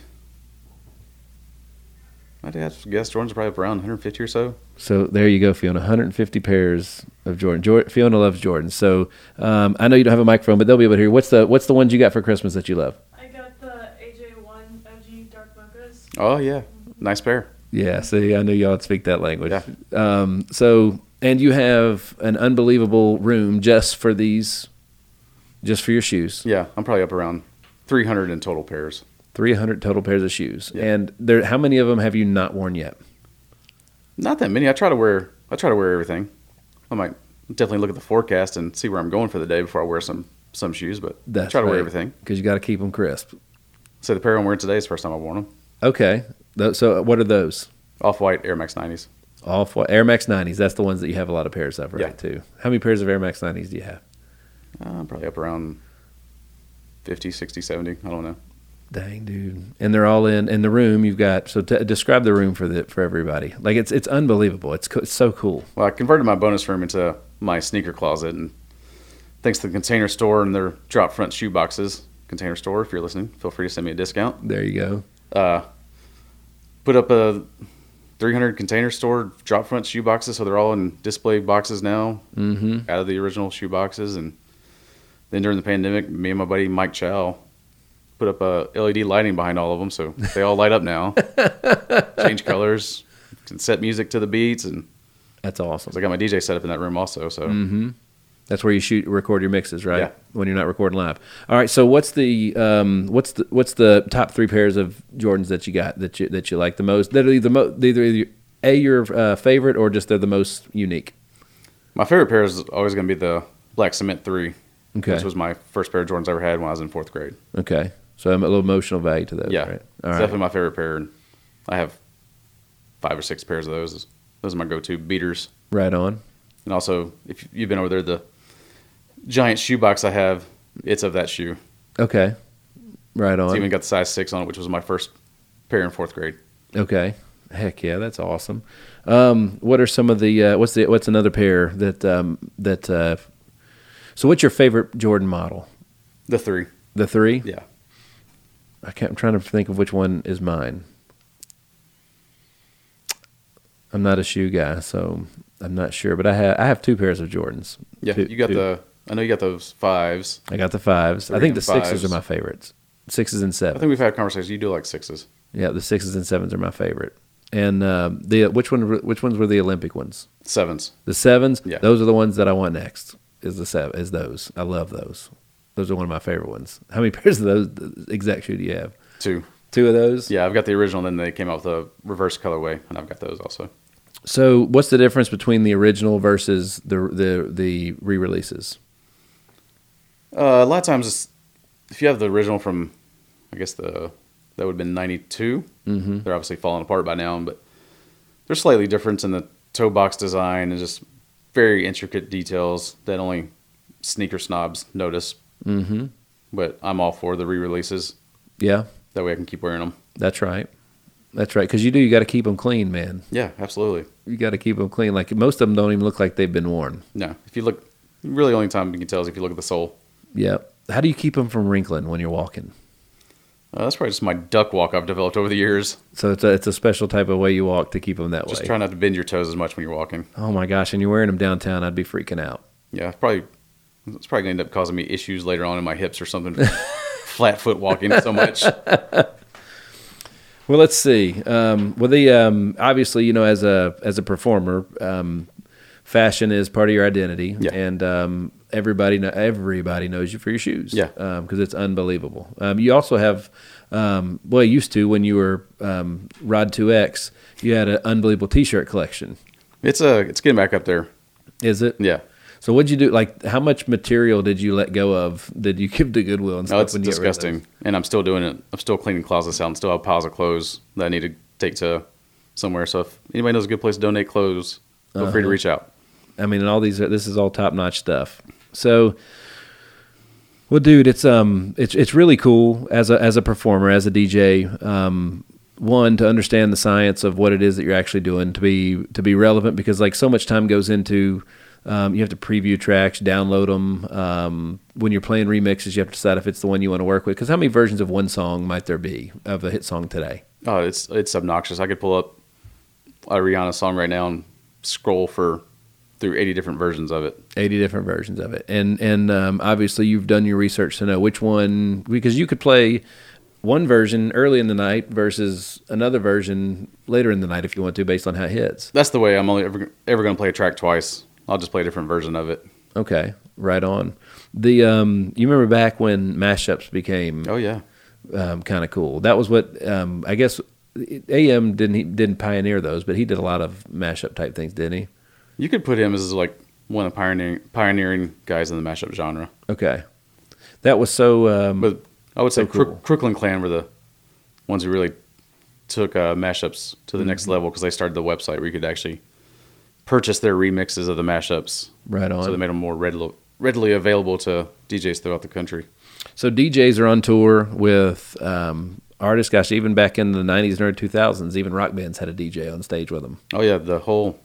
Speaker 3: I'd have to guess Jordans are probably up around 150 or so.
Speaker 1: So there you go, Fiona. 150 pairs of Jordan. Jor- Fiona loves Jordans. So um, I know you don't have a microphone, but they'll be able to hear. What's the What's the ones you got for Christmas that you love?
Speaker 4: I got the AJ1 OG Dark Mochas.
Speaker 3: Oh yeah, nice pair.
Speaker 1: Yeah, see, I knew y'all would speak that language.
Speaker 3: Yeah.
Speaker 1: Um, so, and you have an unbelievable room just for these, just for your shoes.
Speaker 3: Yeah, I'm probably up around 300 in total pairs.
Speaker 1: 300 total pairs of shoes.
Speaker 3: Yeah.
Speaker 1: And there, how many of them have you not worn yet?
Speaker 3: Not that many. I try to wear. I try to wear everything. I might definitely look at the forecast and see where I'm going for the day before I wear some some shoes. But I
Speaker 1: That's
Speaker 3: try to
Speaker 1: right.
Speaker 3: wear everything.
Speaker 1: Because you got to keep them crisp.
Speaker 3: So the pair I'm wearing today is the first time I've worn them.
Speaker 1: Okay. Tho- So, what are those?
Speaker 3: Off white Air Max 90s.
Speaker 1: All four, Air Max 90s. That's the ones that you have a lot of pairs of, right?
Speaker 3: Yeah.
Speaker 1: Too. How many pairs of Air Max 90s do you have?
Speaker 3: Uh, I'm probably up around 50, 60, 70. I don't know.
Speaker 1: Dang, dude. And they're all in in the room. You've got so t- describe the room for the for everybody. Like it's it's unbelievable. It's co- it's so cool.
Speaker 3: Well, I converted my bonus room into my sneaker closet, and thanks to the Container Store and their drop front shoe boxes. Container Store, if you're listening, feel free to send me a discount.
Speaker 1: There you go.
Speaker 3: Uh, put up a 300 Container Store drop front shoe boxes, so they're all in display boxes now,
Speaker 1: Mm-hmm.
Speaker 3: out of the original shoe boxes. And then during the pandemic, me and my buddy Mike Chow put up a LED lighting behind all of them, so they all light up now. Change colors, can set music to the beats, and
Speaker 1: That's awesome.
Speaker 3: so I got my DJ set up in that room also. So
Speaker 1: That's where you shoot record your mixes, right?
Speaker 3: Yeah.
Speaker 1: When you're not recording live. All right. So what's the um, what's the what's the top three pairs of Jordans that you got that you that you like the most? That are either mo- either, either a your uh, favorite or just they're the most unique.
Speaker 3: My favorite pair is always going to be the black cement three,
Speaker 1: Okay.
Speaker 3: which was my first pair of Jordans I ever had when I was in fourth grade.
Speaker 1: Okay. So I'm a little emotional value to those.
Speaker 3: yeah,
Speaker 1: Right?
Speaker 3: it's
Speaker 1: All right.
Speaker 3: definitely my favorite pair. and I have five or six pairs of those. Those are my go-to beaters.
Speaker 1: Right on.
Speaker 3: And also, if you've been over there, the giant shoe box I have, it's of that shoe.
Speaker 1: Okay. Right
Speaker 3: It's
Speaker 1: on.
Speaker 3: even got the size six on it, which was my first pair in fourth grade.
Speaker 1: Okay. Heck yeah, that's awesome. Um, what are some of the uh, what's the what's another pair that um, that uh, so what's your favorite Jordan model?
Speaker 3: The three,
Speaker 1: The three?
Speaker 3: yeah.
Speaker 1: I can't, I'm trying to think of which one is mine. I'm not a shoe guy, so I'm not sure. But I have I have two pairs of Jordans.
Speaker 3: Yeah,
Speaker 1: Two-
Speaker 3: you got
Speaker 1: two.
Speaker 3: the. I know you got those fives.
Speaker 1: I got the fives. I
Speaker 3: Three
Speaker 1: think
Speaker 3: and
Speaker 1: the sixes
Speaker 3: fives.
Speaker 1: are my favorites. Sixes and
Speaker 3: I
Speaker 1: sevens.
Speaker 3: think we've had conversations. You do like sixes.
Speaker 1: Yeah, the sixes and sevens are my favorite. And um, the which one which ones were the Olympic ones?
Speaker 3: Sevens.
Speaker 1: The sevens,
Speaker 3: Yeah.
Speaker 1: those are the ones that I want next. Is the seven is those? I love those. Those are one of my favorite ones. How many pairs of those the exact shoe do you have?
Speaker 3: Two.
Speaker 1: Two of those.
Speaker 3: Yeah, I've got the original, and then they came out with a reverse colorway, and I've got those also.
Speaker 1: So what's the difference between the original versus the the the re-releases?
Speaker 3: Uh, a lot of times, it's, if you have the original from, I guess the that would have been '92. Mm-hmm. They're obviously falling apart by now, but they're slightly different in the toe box design and just very intricate details that only sneaker snobs notice. Mm-hmm. But I'm all for the re-releases.
Speaker 1: Yeah,
Speaker 3: That way, I can keep wearing them.
Speaker 1: that's right. That's right. Because you do, you got to keep them clean, man.
Speaker 3: Yeah, absolutely.
Speaker 1: You got to keep them clean. Like most of them don't even look like they've been worn.
Speaker 3: No, if you look, really, only time you can tell is if you look at the sole.
Speaker 1: Yeah. How do you keep them from wrinkling when you're walking?
Speaker 3: Uh, that's probably just my duck walk I've developed over the years.
Speaker 1: So it's a it's a special type of way you walk to keep them that
Speaker 3: Just
Speaker 1: way.
Speaker 3: try not to bend your toes as much when you're walking.
Speaker 1: oh my gosh! And you're wearing them downtown, I'd be freaking out.
Speaker 3: Yeah, it's probably it's probably gonna end up causing me issues later on in my hips or something. Flat foot walking so much.
Speaker 1: Well, let's see. Um, well, the um, obviously, you know, as a as a performer, um, fashion is part of your identity,
Speaker 3: Yeah.
Speaker 1: and um, everybody know, everybody knows you for your shoes,
Speaker 3: Yeah.
Speaker 1: because it's unbelievable. Um, you also have, um, well, you used to when you were um, Rod Two X, you had an unbelievable T-shirt collection.
Speaker 3: It's uh it's getting back up there.
Speaker 1: Is it?
Speaker 3: Yeah.
Speaker 1: So what'd you do? Like, how much material did you let go of? Did you give to Goodwill and stuff?
Speaker 3: No, it's
Speaker 1: when you got rid of those?
Speaker 3: disgusting. And I'm still doing it. I'm still cleaning closets out and still have piles of clothes that I need to take to somewhere. So if anybody knows a good place to donate clothes, feel
Speaker 1: Uh-huh.
Speaker 3: free to reach out.
Speaker 1: I mean, and all these are, this is all top notch stuff. So, well, dude, it's um, it's it's really cool as a as a performer, as a DJ. Um, one to understand the science of what it is that you're actually doing to be to be relevant, because like so much time goes into. Um, you have to preview tracks, download them. Um, when you're playing remixes, you have to decide if it's the one you want to work with. Because how many versions of one song might there be of a hit song today?
Speaker 3: Oh, it's it's obnoxious. I could pull up a Rihanna song right now and scroll for through eighty different versions of it.
Speaker 1: 80 different versions of it and and um, obviously you've done your research to know which one because you could play one version early in the night versus another version later in the night if you want to based on how it hits
Speaker 3: That's the way I'm only ever ever gonna play a track twice. I'll just play a different version of it.
Speaker 1: okay right on the um you remember back when mashups became
Speaker 3: Oh yeah.
Speaker 1: um, kind of cool that was what um i guess am didn't he didn't pioneer those but he did a lot of mashup type things didn't he
Speaker 3: You could put him as like one of the pioneering pioneering guys in the mashup genre.
Speaker 1: okay that was so um
Speaker 3: But I would say
Speaker 1: So cool.
Speaker 3: Crook Crooklyn Clan were the ones who really took uh, mashups to the
Speaker 1: Mm-hmm.
Speaker 3: next level because they started the website where you could actually purchase their remixes of the mashups.
Speaker 1: right on
Speaker 3: So they made them more readily readily available to DJs throughout the country.
Speaker 1: So DJs are on tour with um, artists. Gosh, even back in the '90s and early 2000s, even rock bands had a DJ on stage with them.
Speaker 3: Oh yeah, the whole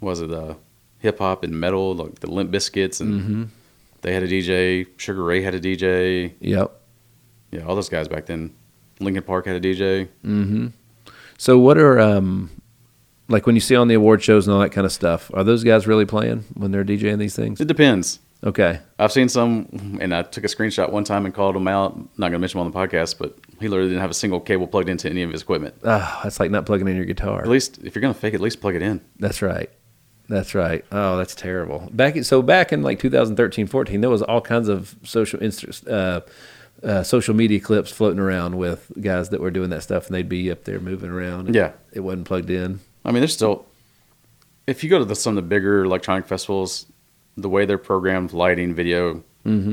Speaker 3: what was it uh, hip hop and metal like the Limp Biscuits and
Speaker 1: Mm-hmm.
Speaker 3: they had a DJ. Sugar Ray had a DJ.
Speaker 1: Yep.
Speaker 3: Yeah, all those guys back then. Lincoln Park had a DJ.
Speaker 1: So what are um, like when you see on the award shows and all that kind of stuff? Are those guys really playing when they're DJing these things?
Speaker 3: It depends.
Speaker 1: Okay.
Speaker 3: I've seen some, and I took a screenshot one time and called him out. Not going to mention him on the podcast, but he literally didn't have a single cable plugged into any of his equipment.
Speaker 1: Ah, that's like not plugging in your guitar.
Speaker 3: At least, if you're going to fake it, at least plug it in.
Speaker 1: That's right. That's right. Oh, that's terrible. Back so back in like 2013, 14, there was all kinds of social inst- uh, uh, social media clips floating around with guys that were doing that stuff, and they'd be up there moving around. and
Speaker 3: Yeah.
Speaker 1: it wasn't plugged in.
Speaker 3: I mean, there's still, if you go to the, some of the bigger electronic festivals, the way they're programmed, lighting, video,
Speaker 1: Mm-hmm.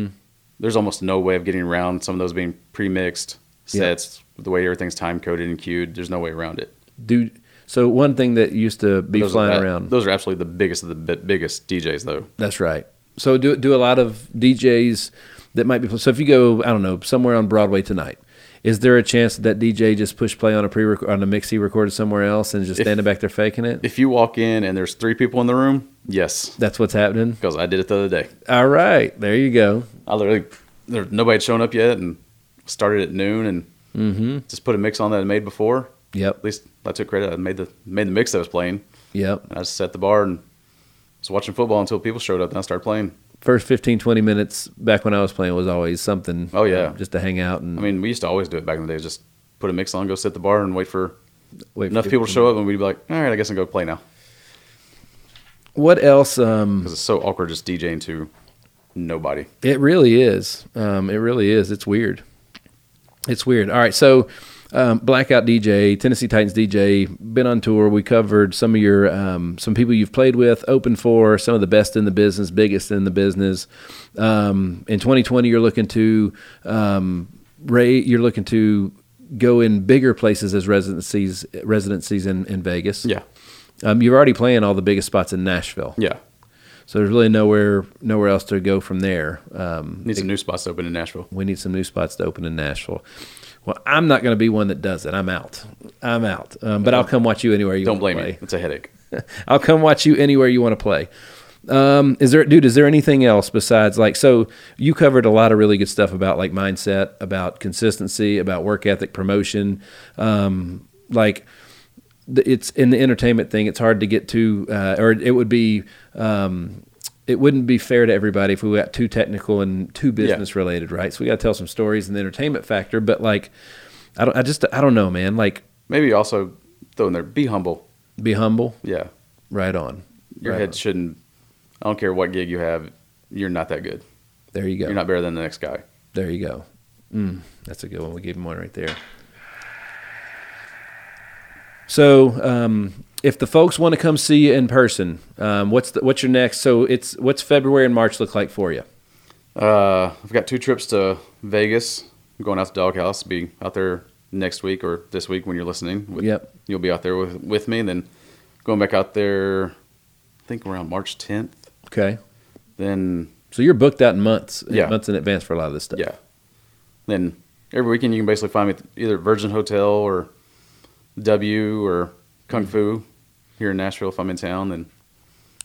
Speaker 3: there's almost no way of getting around some of those being pre mixed
Speaker 1: Yeah.
Speaker 3: sets, the way everything's time coded and cued. There's no way around it.
Speaker 1: Dude, so one thing that used to be
Speaker 3: Those
Speaker 1: flying
Speaker 3: are,
Speaker 1: around.
Speaker 3: Those are absolutely the biggest of the bi- biggest DJs, though.
Speaker 1: That's right. So do do a lot of DJs that might be so if you go I don't know somewhere on Broadway tonight, is there a chance that DJ just push play on a pre on a mix he recorded somewhere else and just
Speaker 3: If-
Speaker 1: standing back there faking it?
Speaker 3: If you walk in and there's three people in the room, yes,
Speaker 1: That's what's happening.
Speaker 3: because I did it the other day.
Speaker 1: All right, there you go.
Speaker 3: I literally, there, nobody had shown up yet, and started at noon and just put a mix on that I made before. At
Speaker 1: Yep,
Speaker 3: least I took credit. I made the made the mix that I was playing.
Speaker 1: yep.
Speaker 3: And I just set the bar and was watching football until people showed up and I started playing.
Speaker 1: First 15, 20 minutes back when I was playing was always something.
Speaker 3: Oh, yeah.
Speaker 1: uh, just to hang out and
Speaker 3: I mean, we used to always do it back in the day, just put a mix on, go sit at the bar and wait for
Speaker 1: wait
Speaker 3: enough people to show up and we'd be like, all right, I guess I'll go play now.
Speaker 1: What else? Um,
Speaker 3: Because it's so awkward just DJing to nobody.
Speaker 1: It really is. Um, it really is. It's weird. It's weird. All right. So, um, Blackout DJ, Tennessee Titans DJ, been on tour. We covered some of your, um, some people you've played with, open for, some of the best in the business, biggest in the business. Um, in 2020, you're looking to, um, Ray, you're looking to go in bigger places as residencies, residencies in, in Vegas.
Speaker 3: Yeah.
Speaker 1: Um, you're already playing all the biggest spots in Nashville.
Speaker 3: Yeah.
Speaker 1: So there's really nowhere, nowhere else to go from there. Um,
Speaker 3: Need some new spots open in Nashville.
Speaker 1: we need some new spots to open in Nashville. Well, I'm not going to be one that does it. I'm out. I'm out. Um, but I'll come watch you anywhere you
Speaker 3: Don't
Speaker 1: want
Speaker 3: blame
Speaker 1: to
Speaker 3: me.
Speaker 1: play.
Speaker 3: It's a headache.
Speaker 1: I'll come watch you anywhere you want to play. Um, is there, dude? Is there anything else besides like? So you covered a lot of really good stuff about like mindset, about consistency, about work ethic, promotion. Um, like, the- it's in the entertainment thing. It's hard to get too, uh, or it would be, um, it wouldn't be fair to everybody if we got too technical and too business related, right? So we got to tell some stories in the entertainment factor. But like, I don't, I just, I don't know, man. Like,
Speaker 3: Maybe also throw in there, be humble.
Speaker 1: be humble,
Speaker 3: Yeah.
Speaker 1: right on.
Speaker 3: Your
Speaker 1: Right
Speaker 3: head
Speaker 1: on.
Speaker 3: shouldn't, I don't care what gig you have, you're not that good.
Speaker 1: There you go.
Speaker 3: You're not better than the next guy.
Speaker 1: There you go. Mm, that's a good one. We gave him one right there. So, um, if the folks want to come see you in person, um, what's the, what's your next? So it's what's February and March look like for you?
Speaker 3: Uh, I've got two trips to Vegas. I'm going out to Doghouse. Be out there next week or this week when you're listening. With-
Speaker 1: Yep.
Speaker 3: You'll be out there with, with me. And then going back out there, I think around March 10th.
Speaker 1: Okay,
Speaker 3: Then,
Speaker 1: so you're booked out in months,
Speaker 3: Yeah.
Speaker 1: months in advance for a lot of this stuff.
Speaker 3: yeah. Then every weekend you can basically find me at either Virgin Hotel or W or Kung Fu here in Nashville if I'm in town. And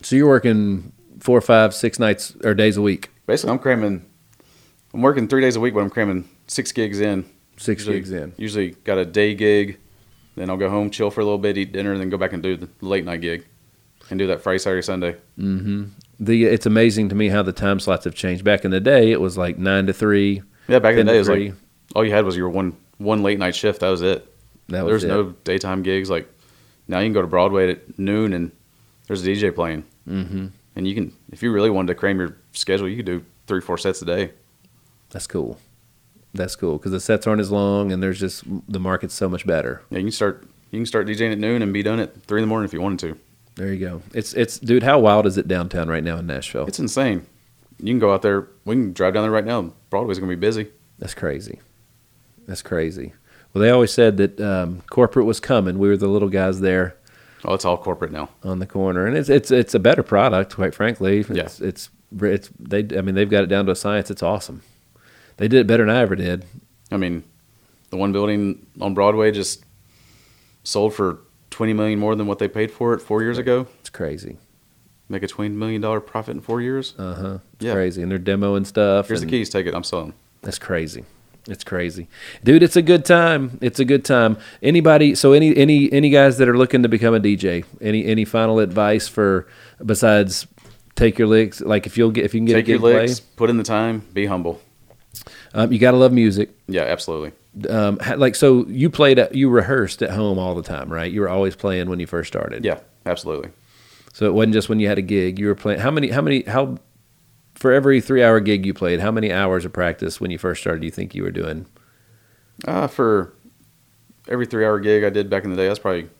Speaker 1: So you're working four, five, six nights or days a week,
Speaker 3: basically I'm cramming, I'm working three days a week, but I'm cramming six gigs in.
Speaker 1: six
Speaker 3: Usually-
Speaker 1: gigs in.
Speaker 3: Usually got a day gig, then I'll go home, chill for a little bit, eat dinner, and then go back and do the late night gig, and do that Friday, Saturday, Sunday.
Speaker 1: Mm-hmm. The it's amazing to me how the time slots have changed. Back in the day, it was like nine to three.
Speaker 3: Yeah, back in
Speaker 1: 10 to
Speaker 3: the day, it was
Speaker 1: three.
Speaker 3: like all you had was your one one late night shift. That was it.
Speaker 1: That was
Speaker 3: There's
Speaker 1: it.
Speaker 3: no daytime gigs. Like now you can go to Broadway at noon and there's a DJ playing, mm-hmm. and you can if you really wanted to cram your schedule, you could do three, four sets a day.
Speaker 1: That's cool. That's cool because the sets aren't as long, and there's just the market's so much better.
Speaker 3: Yeah, you can start you can start DJing at noon and be done at three in the morning if you wanted to.
Speaker 1: There you go. It's it's dude. How wild is it downtown right now in Nashville?
Speaker 3: It's insane. You can go out there. We can drive down there right now. Broadway's gonna be busy.
Speaker 1: That's crazy. That's crazy. Well, they always said that um, corporate was coming. We were the little guys there
Speaker 3: Oh, it's all corporate now.
Speaker 1: on the corner, and it's it's it's a better product, quite frankly. It's,
Speaker 3: Yeah.
Speaker 1: it's it's they. I mean, they've got it down to a science. It's awesome. They did it better than I ever did.
Speaker 3: I mean, the one building on Broadway just sold for twenty million more than what they paid for it four years ago.
Speaker 1: It's crazy.
Speaker 3: Make a twenty million dollar profit in four years.
Speaker 1: Uh huh. It's
Speaker 3: Yeah.
Speaker 1: crazy, and they're demoing stuff.
Speaker 3: Here's the
Speaker 1: and-
Speaker 3: keys. Take it. I'm selling.
Speaker 1: That's crazy. It's crazy, dude. It's a good time. It's a good time. Anybody? So any any any guys that are looking to become a DJ? Any any final advice for besides take your licks? Like if you'll get if you can get
Speaker 3: Take
Speaker 1: a
Speaker 3: your
Speaker 1: gig play,
Speaker 3: licks. Put in the time. Be humble.
Speaker 1: um, you gotta love music.
Speaker 3: Yeah, absolutely.
Speaker 1: Um, ha- like so, you played at, you rehearsed at home all the time, right? You were always playing when you first started.
Speaker 3: Yeah, absolutely.
Speaker 1: So it wasn't just when you had a gig. You were playing. How many? How many? How for every three hour gig you played, how many hours of practice when you first started? Do you think you were doing?
Speaker 3: Uh, for every three hour gig I did back in the day, I was probably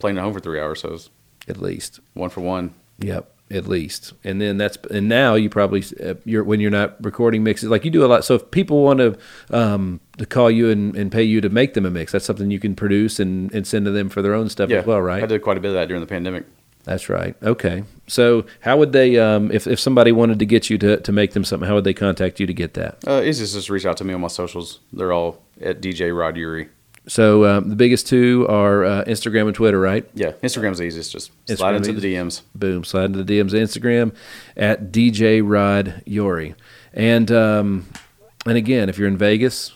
Speaker 3: playing at home for three hours. So it was
Speaker 1: At least.
Speaker 3: one for one.
Speaker 1: Yep, at least. And then that's and now you probably uh, you're when you're not recording mixes like you do a lot. So if people want to um, to call you and, and pay you to make them a mix, that's something you can produce and, and send to them for their own stuff
Speaker 3: Yeah.
Speaker 1: as well,
Speaker 3: I
Speaker 1: right?
Speaker 3: did quite a bit of that during the pandemic.
Speaker 1: That's right. Okay. So how would they um, if if somebody wanted to get you to to make them something? How would they contact you to get that?
Speaker 3: Uh, easiest is just reach out to me on my socials. They're all at DJ Rod Uri.
Speaker 1: So um, the biggest two are uh, Instagram and Twitter, right?
Speaker 3: Yeah, Instagram's the easiest. Just
Speaker 1: Instagram
Speaker 3: slide into
Speaker 1: is-
Speaker 3: the DMs.
Speaker 1: Boom. Slide into the DMs of Instagram at DJ Rod Yori. And um, and again, if you're in Vegas,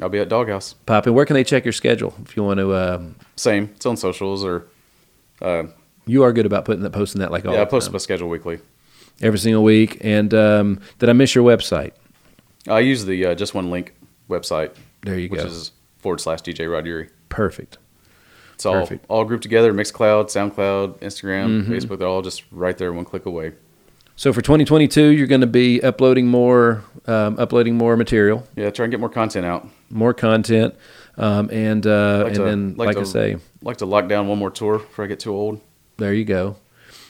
Speaker 3: I'll be at Doghouse.
Speaker 1: Pop in. Where can they check your schedule if you want to? Um,
Speaker 3: Same. It's on socials or
Speaker 1: you are good about putting that, posting that like all
Speaker 3: yeah, I
Speaker 1: the
Speaker 3: post
Speaker 1: time.
Speaker 3: my schedule weekly.
Speaker 1: every single week. And um, did I miss your website?
Speaker 3: I use the uh, just one link website.
Speaker 1: There you
Speaker 3: which
Speaker 1: go.
Speaker 3: is forward slash DJ Rod Uri.
Speaker 1: Perfect.
Speaker 3: It's all
Speaker 1: Perfect. Mm-hmm.
Speaker 3: all grouped together. Mixcloud, SoundCloud, Instagram, Facebook. They're all just right there, one click away.
Speaker 1: So for 2022, you're going to be uploading more, um, uploading more material,
Speaker 3: Yeah, try and get more content out.
Speaker 1: more content, um, and uh,
Speaker 3: Like
Speaker 1: and
Speaker 3: to-
Speaker 1: then like,
Speaker 3: like
Speaker 1: I
Speaker 3: to-
Speaker 1: say,
Speaker 3: Like to lock down one more tour before I get too old.
Speaker 1: there you go.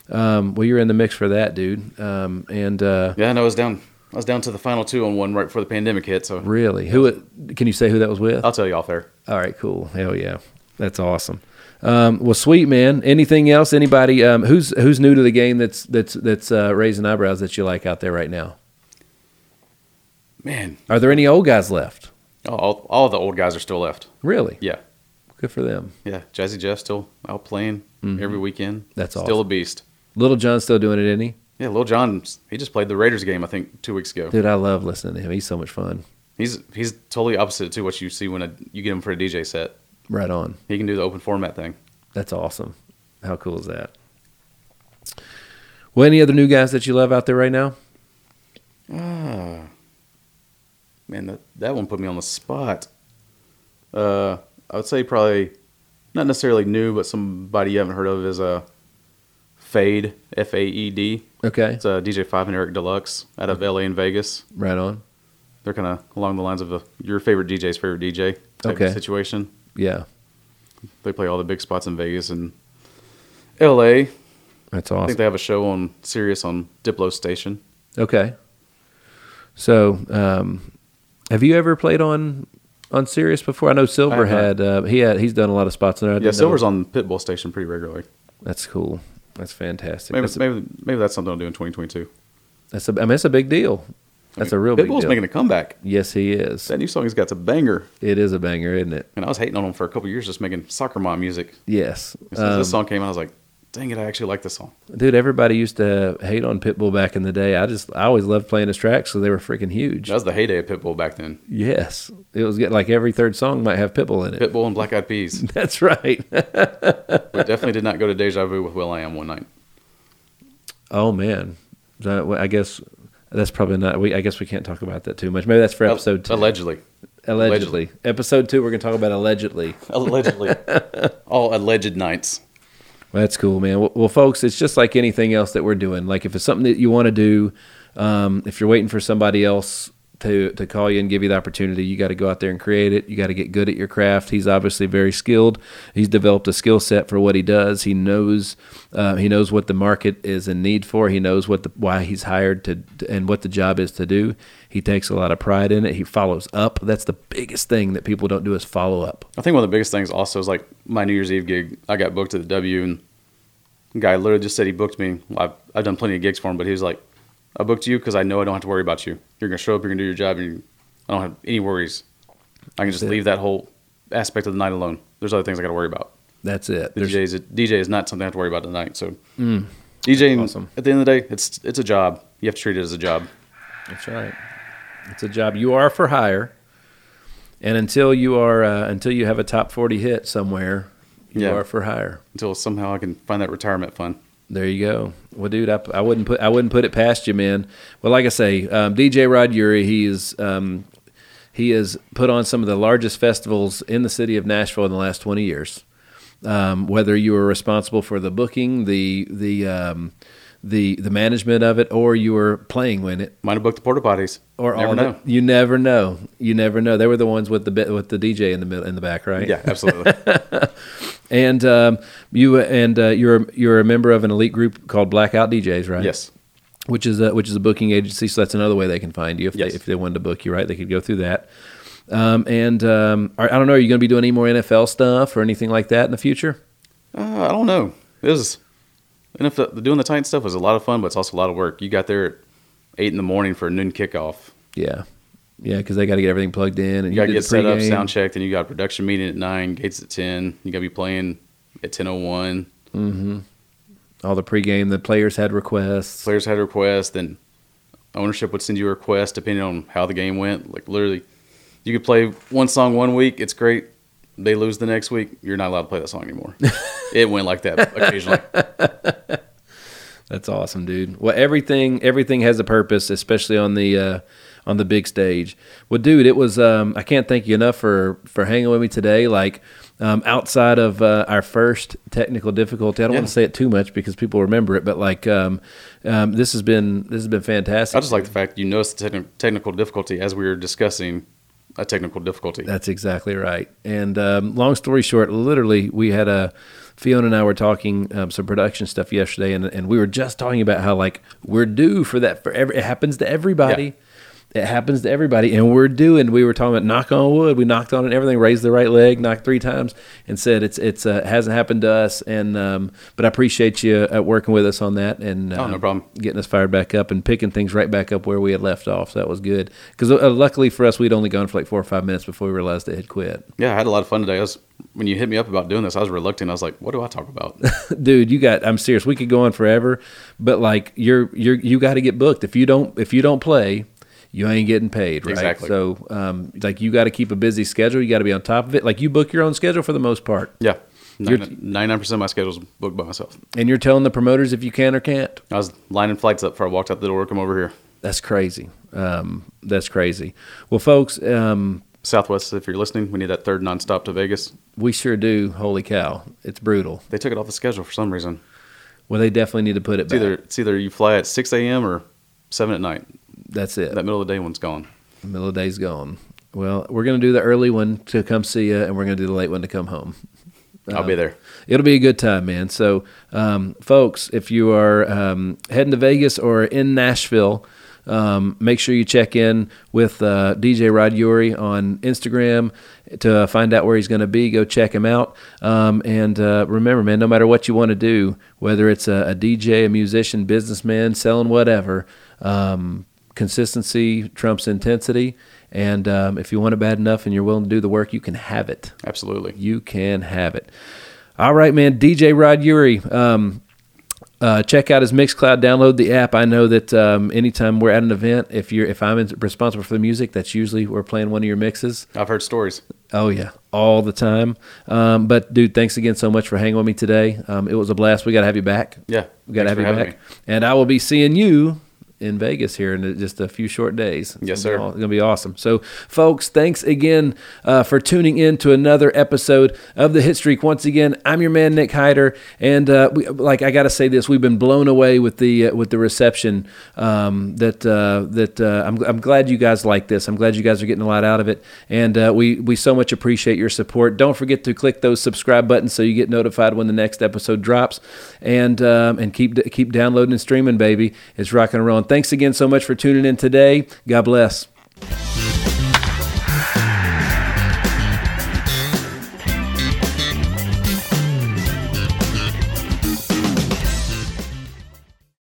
Speaker 1: Um, well, you're in the mix for that, dude. Um, and uh,
Speaker 3: Yeah, no, I was down. I was down to the final two on one right before the pandemic hit. So
Speaker 1: really, who it- can you say who that was with?
Speaker 3: I'll tell you off air.
Speaker 1: All right, cool. Hell yeah, that's awesome. Um, well, sweet man. Anything else? Anybody um, who's who's new to the game that's that's that's uh, raising eyebrows that you like out there right now?
Speaker 3: Man,
Speaker 1: Are there any old guys left?
Speaker 3: Oh, all all the old guys are still left.
Speaker 1: Really?
Speaker 3: Yeah,
Speaker 1: Good for them.
Speaker 3: yeah. Jazzy Jeff still out playing every weekend.
Speaker 1: That's
Speaker 3: still
Speaker 1: awesome.
Speaker 3: a beast.
Speaker 1: Little John's still doing it, isn't he?
Speaker 3: Yeah, Lil John. He just played the Raiders game. I think two weeks ago.
Speaker 1: Dude, I love listening to him. He's so much fun.
Speaker 3: He's he's totally opposite to what you see when a, you get him for a DJ set.
Speaker 1: Right on.
Speaker 3: He can do the open format thing.
Speaker 1: That's awesome. How cool is that? Well, any other new guys that you love out there right now?
Speaker 3: Man, that, that one put me on the spot. Uh, I would say probably not necessarily new, but somebody you haven't heard of is uh, Fade, F A E D.
Speaker 1: Okay.
Speaker 3: It's uh, DJ Five and Eric Deluxe out of LA and Vegas.
Speaker 1: Right on.
Speaker 3: They're kind of along the lines of a, your favorite DJ's favorite DJ type
Speaker 1: Okay.
Speaker 3: of situation.
Speaker 1: Yeah.
Speaker 3: They play all the big spots in Vegas and LA.
Speaker 1: That's
Speaker 3: I think
Speaker 1: awesome.
Speaker 3: they have a show on Sirius on Diplo Station.
Speaker 1: Okay. So, um, have you ever played on on Sirius before? I know Silver
Speaker 3: I have
Speaker 1: had uh, he had he's done a lot of spots in there. I
Speaker 3: Yeah,
Speaker 1: didn't know-
Speaker 3: Silver's on Pitbull Station pretty regularly.
Speaker 1: That's cool. That's fantastic.
Speaker 3: Maybe
Speaker 1: that's, a,
Speaker 3: maybe maybe that's something I'll do in 2022.
Speaker 1: that's a I mean, that's a big deal. That's a real big
Speaker 3: Pitbull's
Speaker 1: deal.
Speaker 3: making a comeback.
Speaker 1: yes, he is.
Speaker 3: That new song he's got's a banger,
Speaker 1: It is a banger, isn't it?
Speaker 3: and I was hating on him for a couple years just making soccer mom music.
Speaker 1: Yes.
Speaker 3: As soon as
Speaker 1: Um,
Speaker 3: this song came out, I was like, "Dang it, I actually like this song."
Speaker 1: Dude, everybody used to hate on Pitbull back in the day. I just I always loved playing his tracks, so they were freaking huge.
Speaker 3: That was the heyday of Pitbull back then.
Speaker 1: Yes, it was good. like every third song might have Pitbull in it.
Speaker 3: Pitbull and Black Eyed Peas.
Speaker 1: That's right.
Speaker 3: we definitely did not go to Deja Vu with Will I Am one night.
Speaker 1: Oh man, That- well, I guess that's probably not. We I guess we can't talk about that too much. Maybe that's for episode two.
Speaker 3: Allegedly,
Speaker 1: allegedly, episode two, we're gonna talk about allegedly.
Speaker 3: allegedly, all alleged nights.
Speaker 1: Well, That's cool, man. Well, well, folks, it's just like anything else that we're doing. Like if it's something that you want to do, um, if you're waiting for somebody else to to call you and give you the opportunity, you got to go out there and create it. You got to get good at your craft. He's obviously very skilled. He's developed a skill set for what he does. He knows uh, he knows what the market is in need for. He knows what the, why he's hired to and what the job is to do. He takes a lot of pride in it. He follows up. That's the biggest thing that people don't do is follow up.
Speaker 3: I think one of the biggest things also is like my New Year's Eve gig. I got booked at the W, and the guy literally just said he booked me. Well, I've, I've done plenty of gigs for him, but he was like, "I booked you because I know I don't have to worry about you. You're gonna show up, you're gonna do your job, and I don't have any worries. I can just
Speaker 1: Yeah.
Speaker 3: leave that whole aspect of the night alone. There's other things I got to worry about.
Speaker 1: That's it.
Speaker 3: The
Speaker 1: There's-
Speaker 3: DJ is DJ is not something I have to worry about tonight. So DJing
Speaker 1: Awesome.
Speaker 3: at the end of the day, it's it's a job. You have to treat it as a job.
Speaker 1: That's right. It's a job you are for hire, and until you are uh, until you have a top forty hit somewhere, you
Speaker 3: Yeah.
Speaker 1: are for hire.
Speaker 3: Until somehow I can find that retirement fund.
Speaker 1: There you go. Well, dude, I, I wouldn't put I wouldn't put it past you, man. Well, like I say, um, DJ Rod Uri, he is um, he has put on some of the largest festivals in the city of Nashville in the last twenty years. um, whether you were responsible for the booking, the the um, the the management of it, or you were playing in it,
Speaker 3: Might have booked the porta potties.
Speaker 1: or
Speaker 3: Never
Speaker 1: all
Speaker 3: know.
Speaker 1: that. You never know. You never know. They were the ones with the bit- with the DJ in the middle in the back, right?
Speaker 3: Yeah, absolutely.
Speaker 1: And um, you and uh, you're you're a member of an elite group called Blackout DJs, right?
Speaker 3: yes.
Speaker 1: which is a, which is a booking agency. So that's another way they can find you if
Speaker 3: Yes.
Speaker 1: they if they wanted to book you, right? They could go through that. Um, and um, I I don't know. Are you going to be doing any more NFL stuff or anything like that in the future?
Speaker 3: Uh, I don't know. It was, and if the, doing the Titan stuff was a lot of fun, but it's also a lot of work. You got there at eight in the morning for a noon kickoff.
Speaker 1: Yeah, yeah, because they got to get everything plugged in and
Speaker 3: You got to
Speaker 1: did
Speaker 3: get
Speaker 1: the
Speaker 3: set up,
Speaker 1: pregame.
Speaker 3: sound checked, and you got a production meeting at nine, gates at ten. You got to be playing at ten oh one.
Speaker 1: all the pregame. The players had requests.
Speaker 3: Players had a request, and ownership would send you a request depending on how the game went. Like literally, you could play one song one week, it's great. They lose the next week, you're not allowed to play that song anymore. it went like that occasionally.
Speaker 1: That's awesome, dude. Well, everything everything has a purpose, especially on the uh, on the big stage. Well, dude, it was um, I can't thank you enough for for hanging with me today. Like um, outside of uh, our first technical difficulty, I don't want
Speaker 3: Yeah.
Speaker 1: to say it too much because people remember it, but like um, um, this has been this has been fantastic.
Speaker 3: I just like the fact you noticed the techni- technical difficulty as we were discussing a technical difficulty.
Speaker 1: That's exactly right. And um, long story short, literally, we had a Fiona and I were talking um, some production stuff yesterday, and, and we were just talking about how like we're due for that. For every, it happens to everybody. It happens to everybody, and we're due. And we were talking about knock on wood. We knocked on it, everything, raised the right leg, knocked three times, and said it's it's uh, hasn't happened to us. And um, but I appreciate you uh, working with us on that, and
Speaker 3: Oh, no
Speaker 1: um,
Speaker 3: problem.
Speaker 1: getting us fired back up and picking things right back up where we had left off. So that was good. Because uh, luckily for us, we'd only gone for like four or five minutes before we realized it had quit.
Speaker 3: Yeah, I had a lot of fun today. I was, when you hit me up about doing this, I was reluctant. I was like, "What do I talk about?"
Speaker 1: Dude, you got. I'm serious. We could go on forever, but like you're you're you got to get booked. If you don't if you don't play. You ain't getting paid, right?
Speaker 3: Exactly.
Speaker 1: So, um, like, you got to keep a busy schedule. You got to be on top of it. Like, you book your own schedule for the most part,
Speaker 3: yeah,
Speaker 1: You're-
Speaker 3: ninety-nine percent of my schedule is booked by myself.
Speaker 1: and you're telling the promoters if you can or can't.
Speaker 3: I was lining flights up before I walked out the door. Come over here,
Speaker 1: That's crazy. Um, that's crazy. Well, folks, um,
Speaker 3: Southwest. If you're listening, we need that third nonstop to Vegas.
Speaker 1: we sure do. Holy cow, it's brutal.
Speaker 3: They took it off the schedule for some reason.
Speaker 1: Well, they definitely need to put it
Speaker 3: It's
Speaker 1: back.
Speaker 3: either it's either you fly at six a.m. or seven at night.
Speaker 1: That's it.
Speaker 3: That middle of the day one's gone.
Speaker 1: The middle of the day's gone. Well, we're going to do the early one to come see you, and we're going to do the late one to come home.
Speaker 3: I'll
Speaker 1: Uh-huh.
Speaker 3: be there.
Speaker 1: It'll be a good time, man. So, um, folks, if you are um, heading to Vegas or in Nashville, um, make sure you check in with uh, DJ Rod Yuri on Instagram to find out where he's going to be. Go check him out. Um, and uh, remember, man, no matter what you want to do, whether it's a, a DJ, a musician, businessman, selling whatever, um, consistency trumps intensity. And um, if you want it bad enough and you're willing to do the work, you can have it
Speaker 3: Absolutely.
Speaker 1: you can have it. All right, man. DJ Rod Uri. Um, uh, check out his Mixcloud. Download the app. I know that um, anytime we're at an event, if you're if I'm in, responsible for the music, that's usually we're playing one of your mixes.
Speaker 3: I've heard stories.
Speaker 1: Oh yeah, all the time. Um, but dude, thanks again so much for hanging with me today. Um, it was a blast. We got to have you back.
Speaker 3: Yeah.
Speaker 1: we got to have
Speaker 3: Thanks
Speaker 1: you
Speaker 3: for having
Speaker 1: back. And I will be seeing you in Vegas here in just a few short days. It's
Speaker 3: Yes,
Speaker 1: gonna be
Speaker 3: sir.
Speaker 1: aw- It's gonna be awesome. So, folks, thanks again uh, for tuning in to another episode of the Hit Streak. Once again, I'm your man Nick Hyder, and uh, we, like I gotta say this, we've been blown away with the uh, with the reception um, that uh, that uh, I'm I'm glad you guys like this. I'm glad you guys are getting a lot out of it, and uh, we we so much appreciate your support. Don't forget to click those subscribe buttons so you get notified when the next episode drops, and um, and keep keep downloading and streaming, baby. It's rocking and rolling. Thanks again so much for tuning in today. God bless.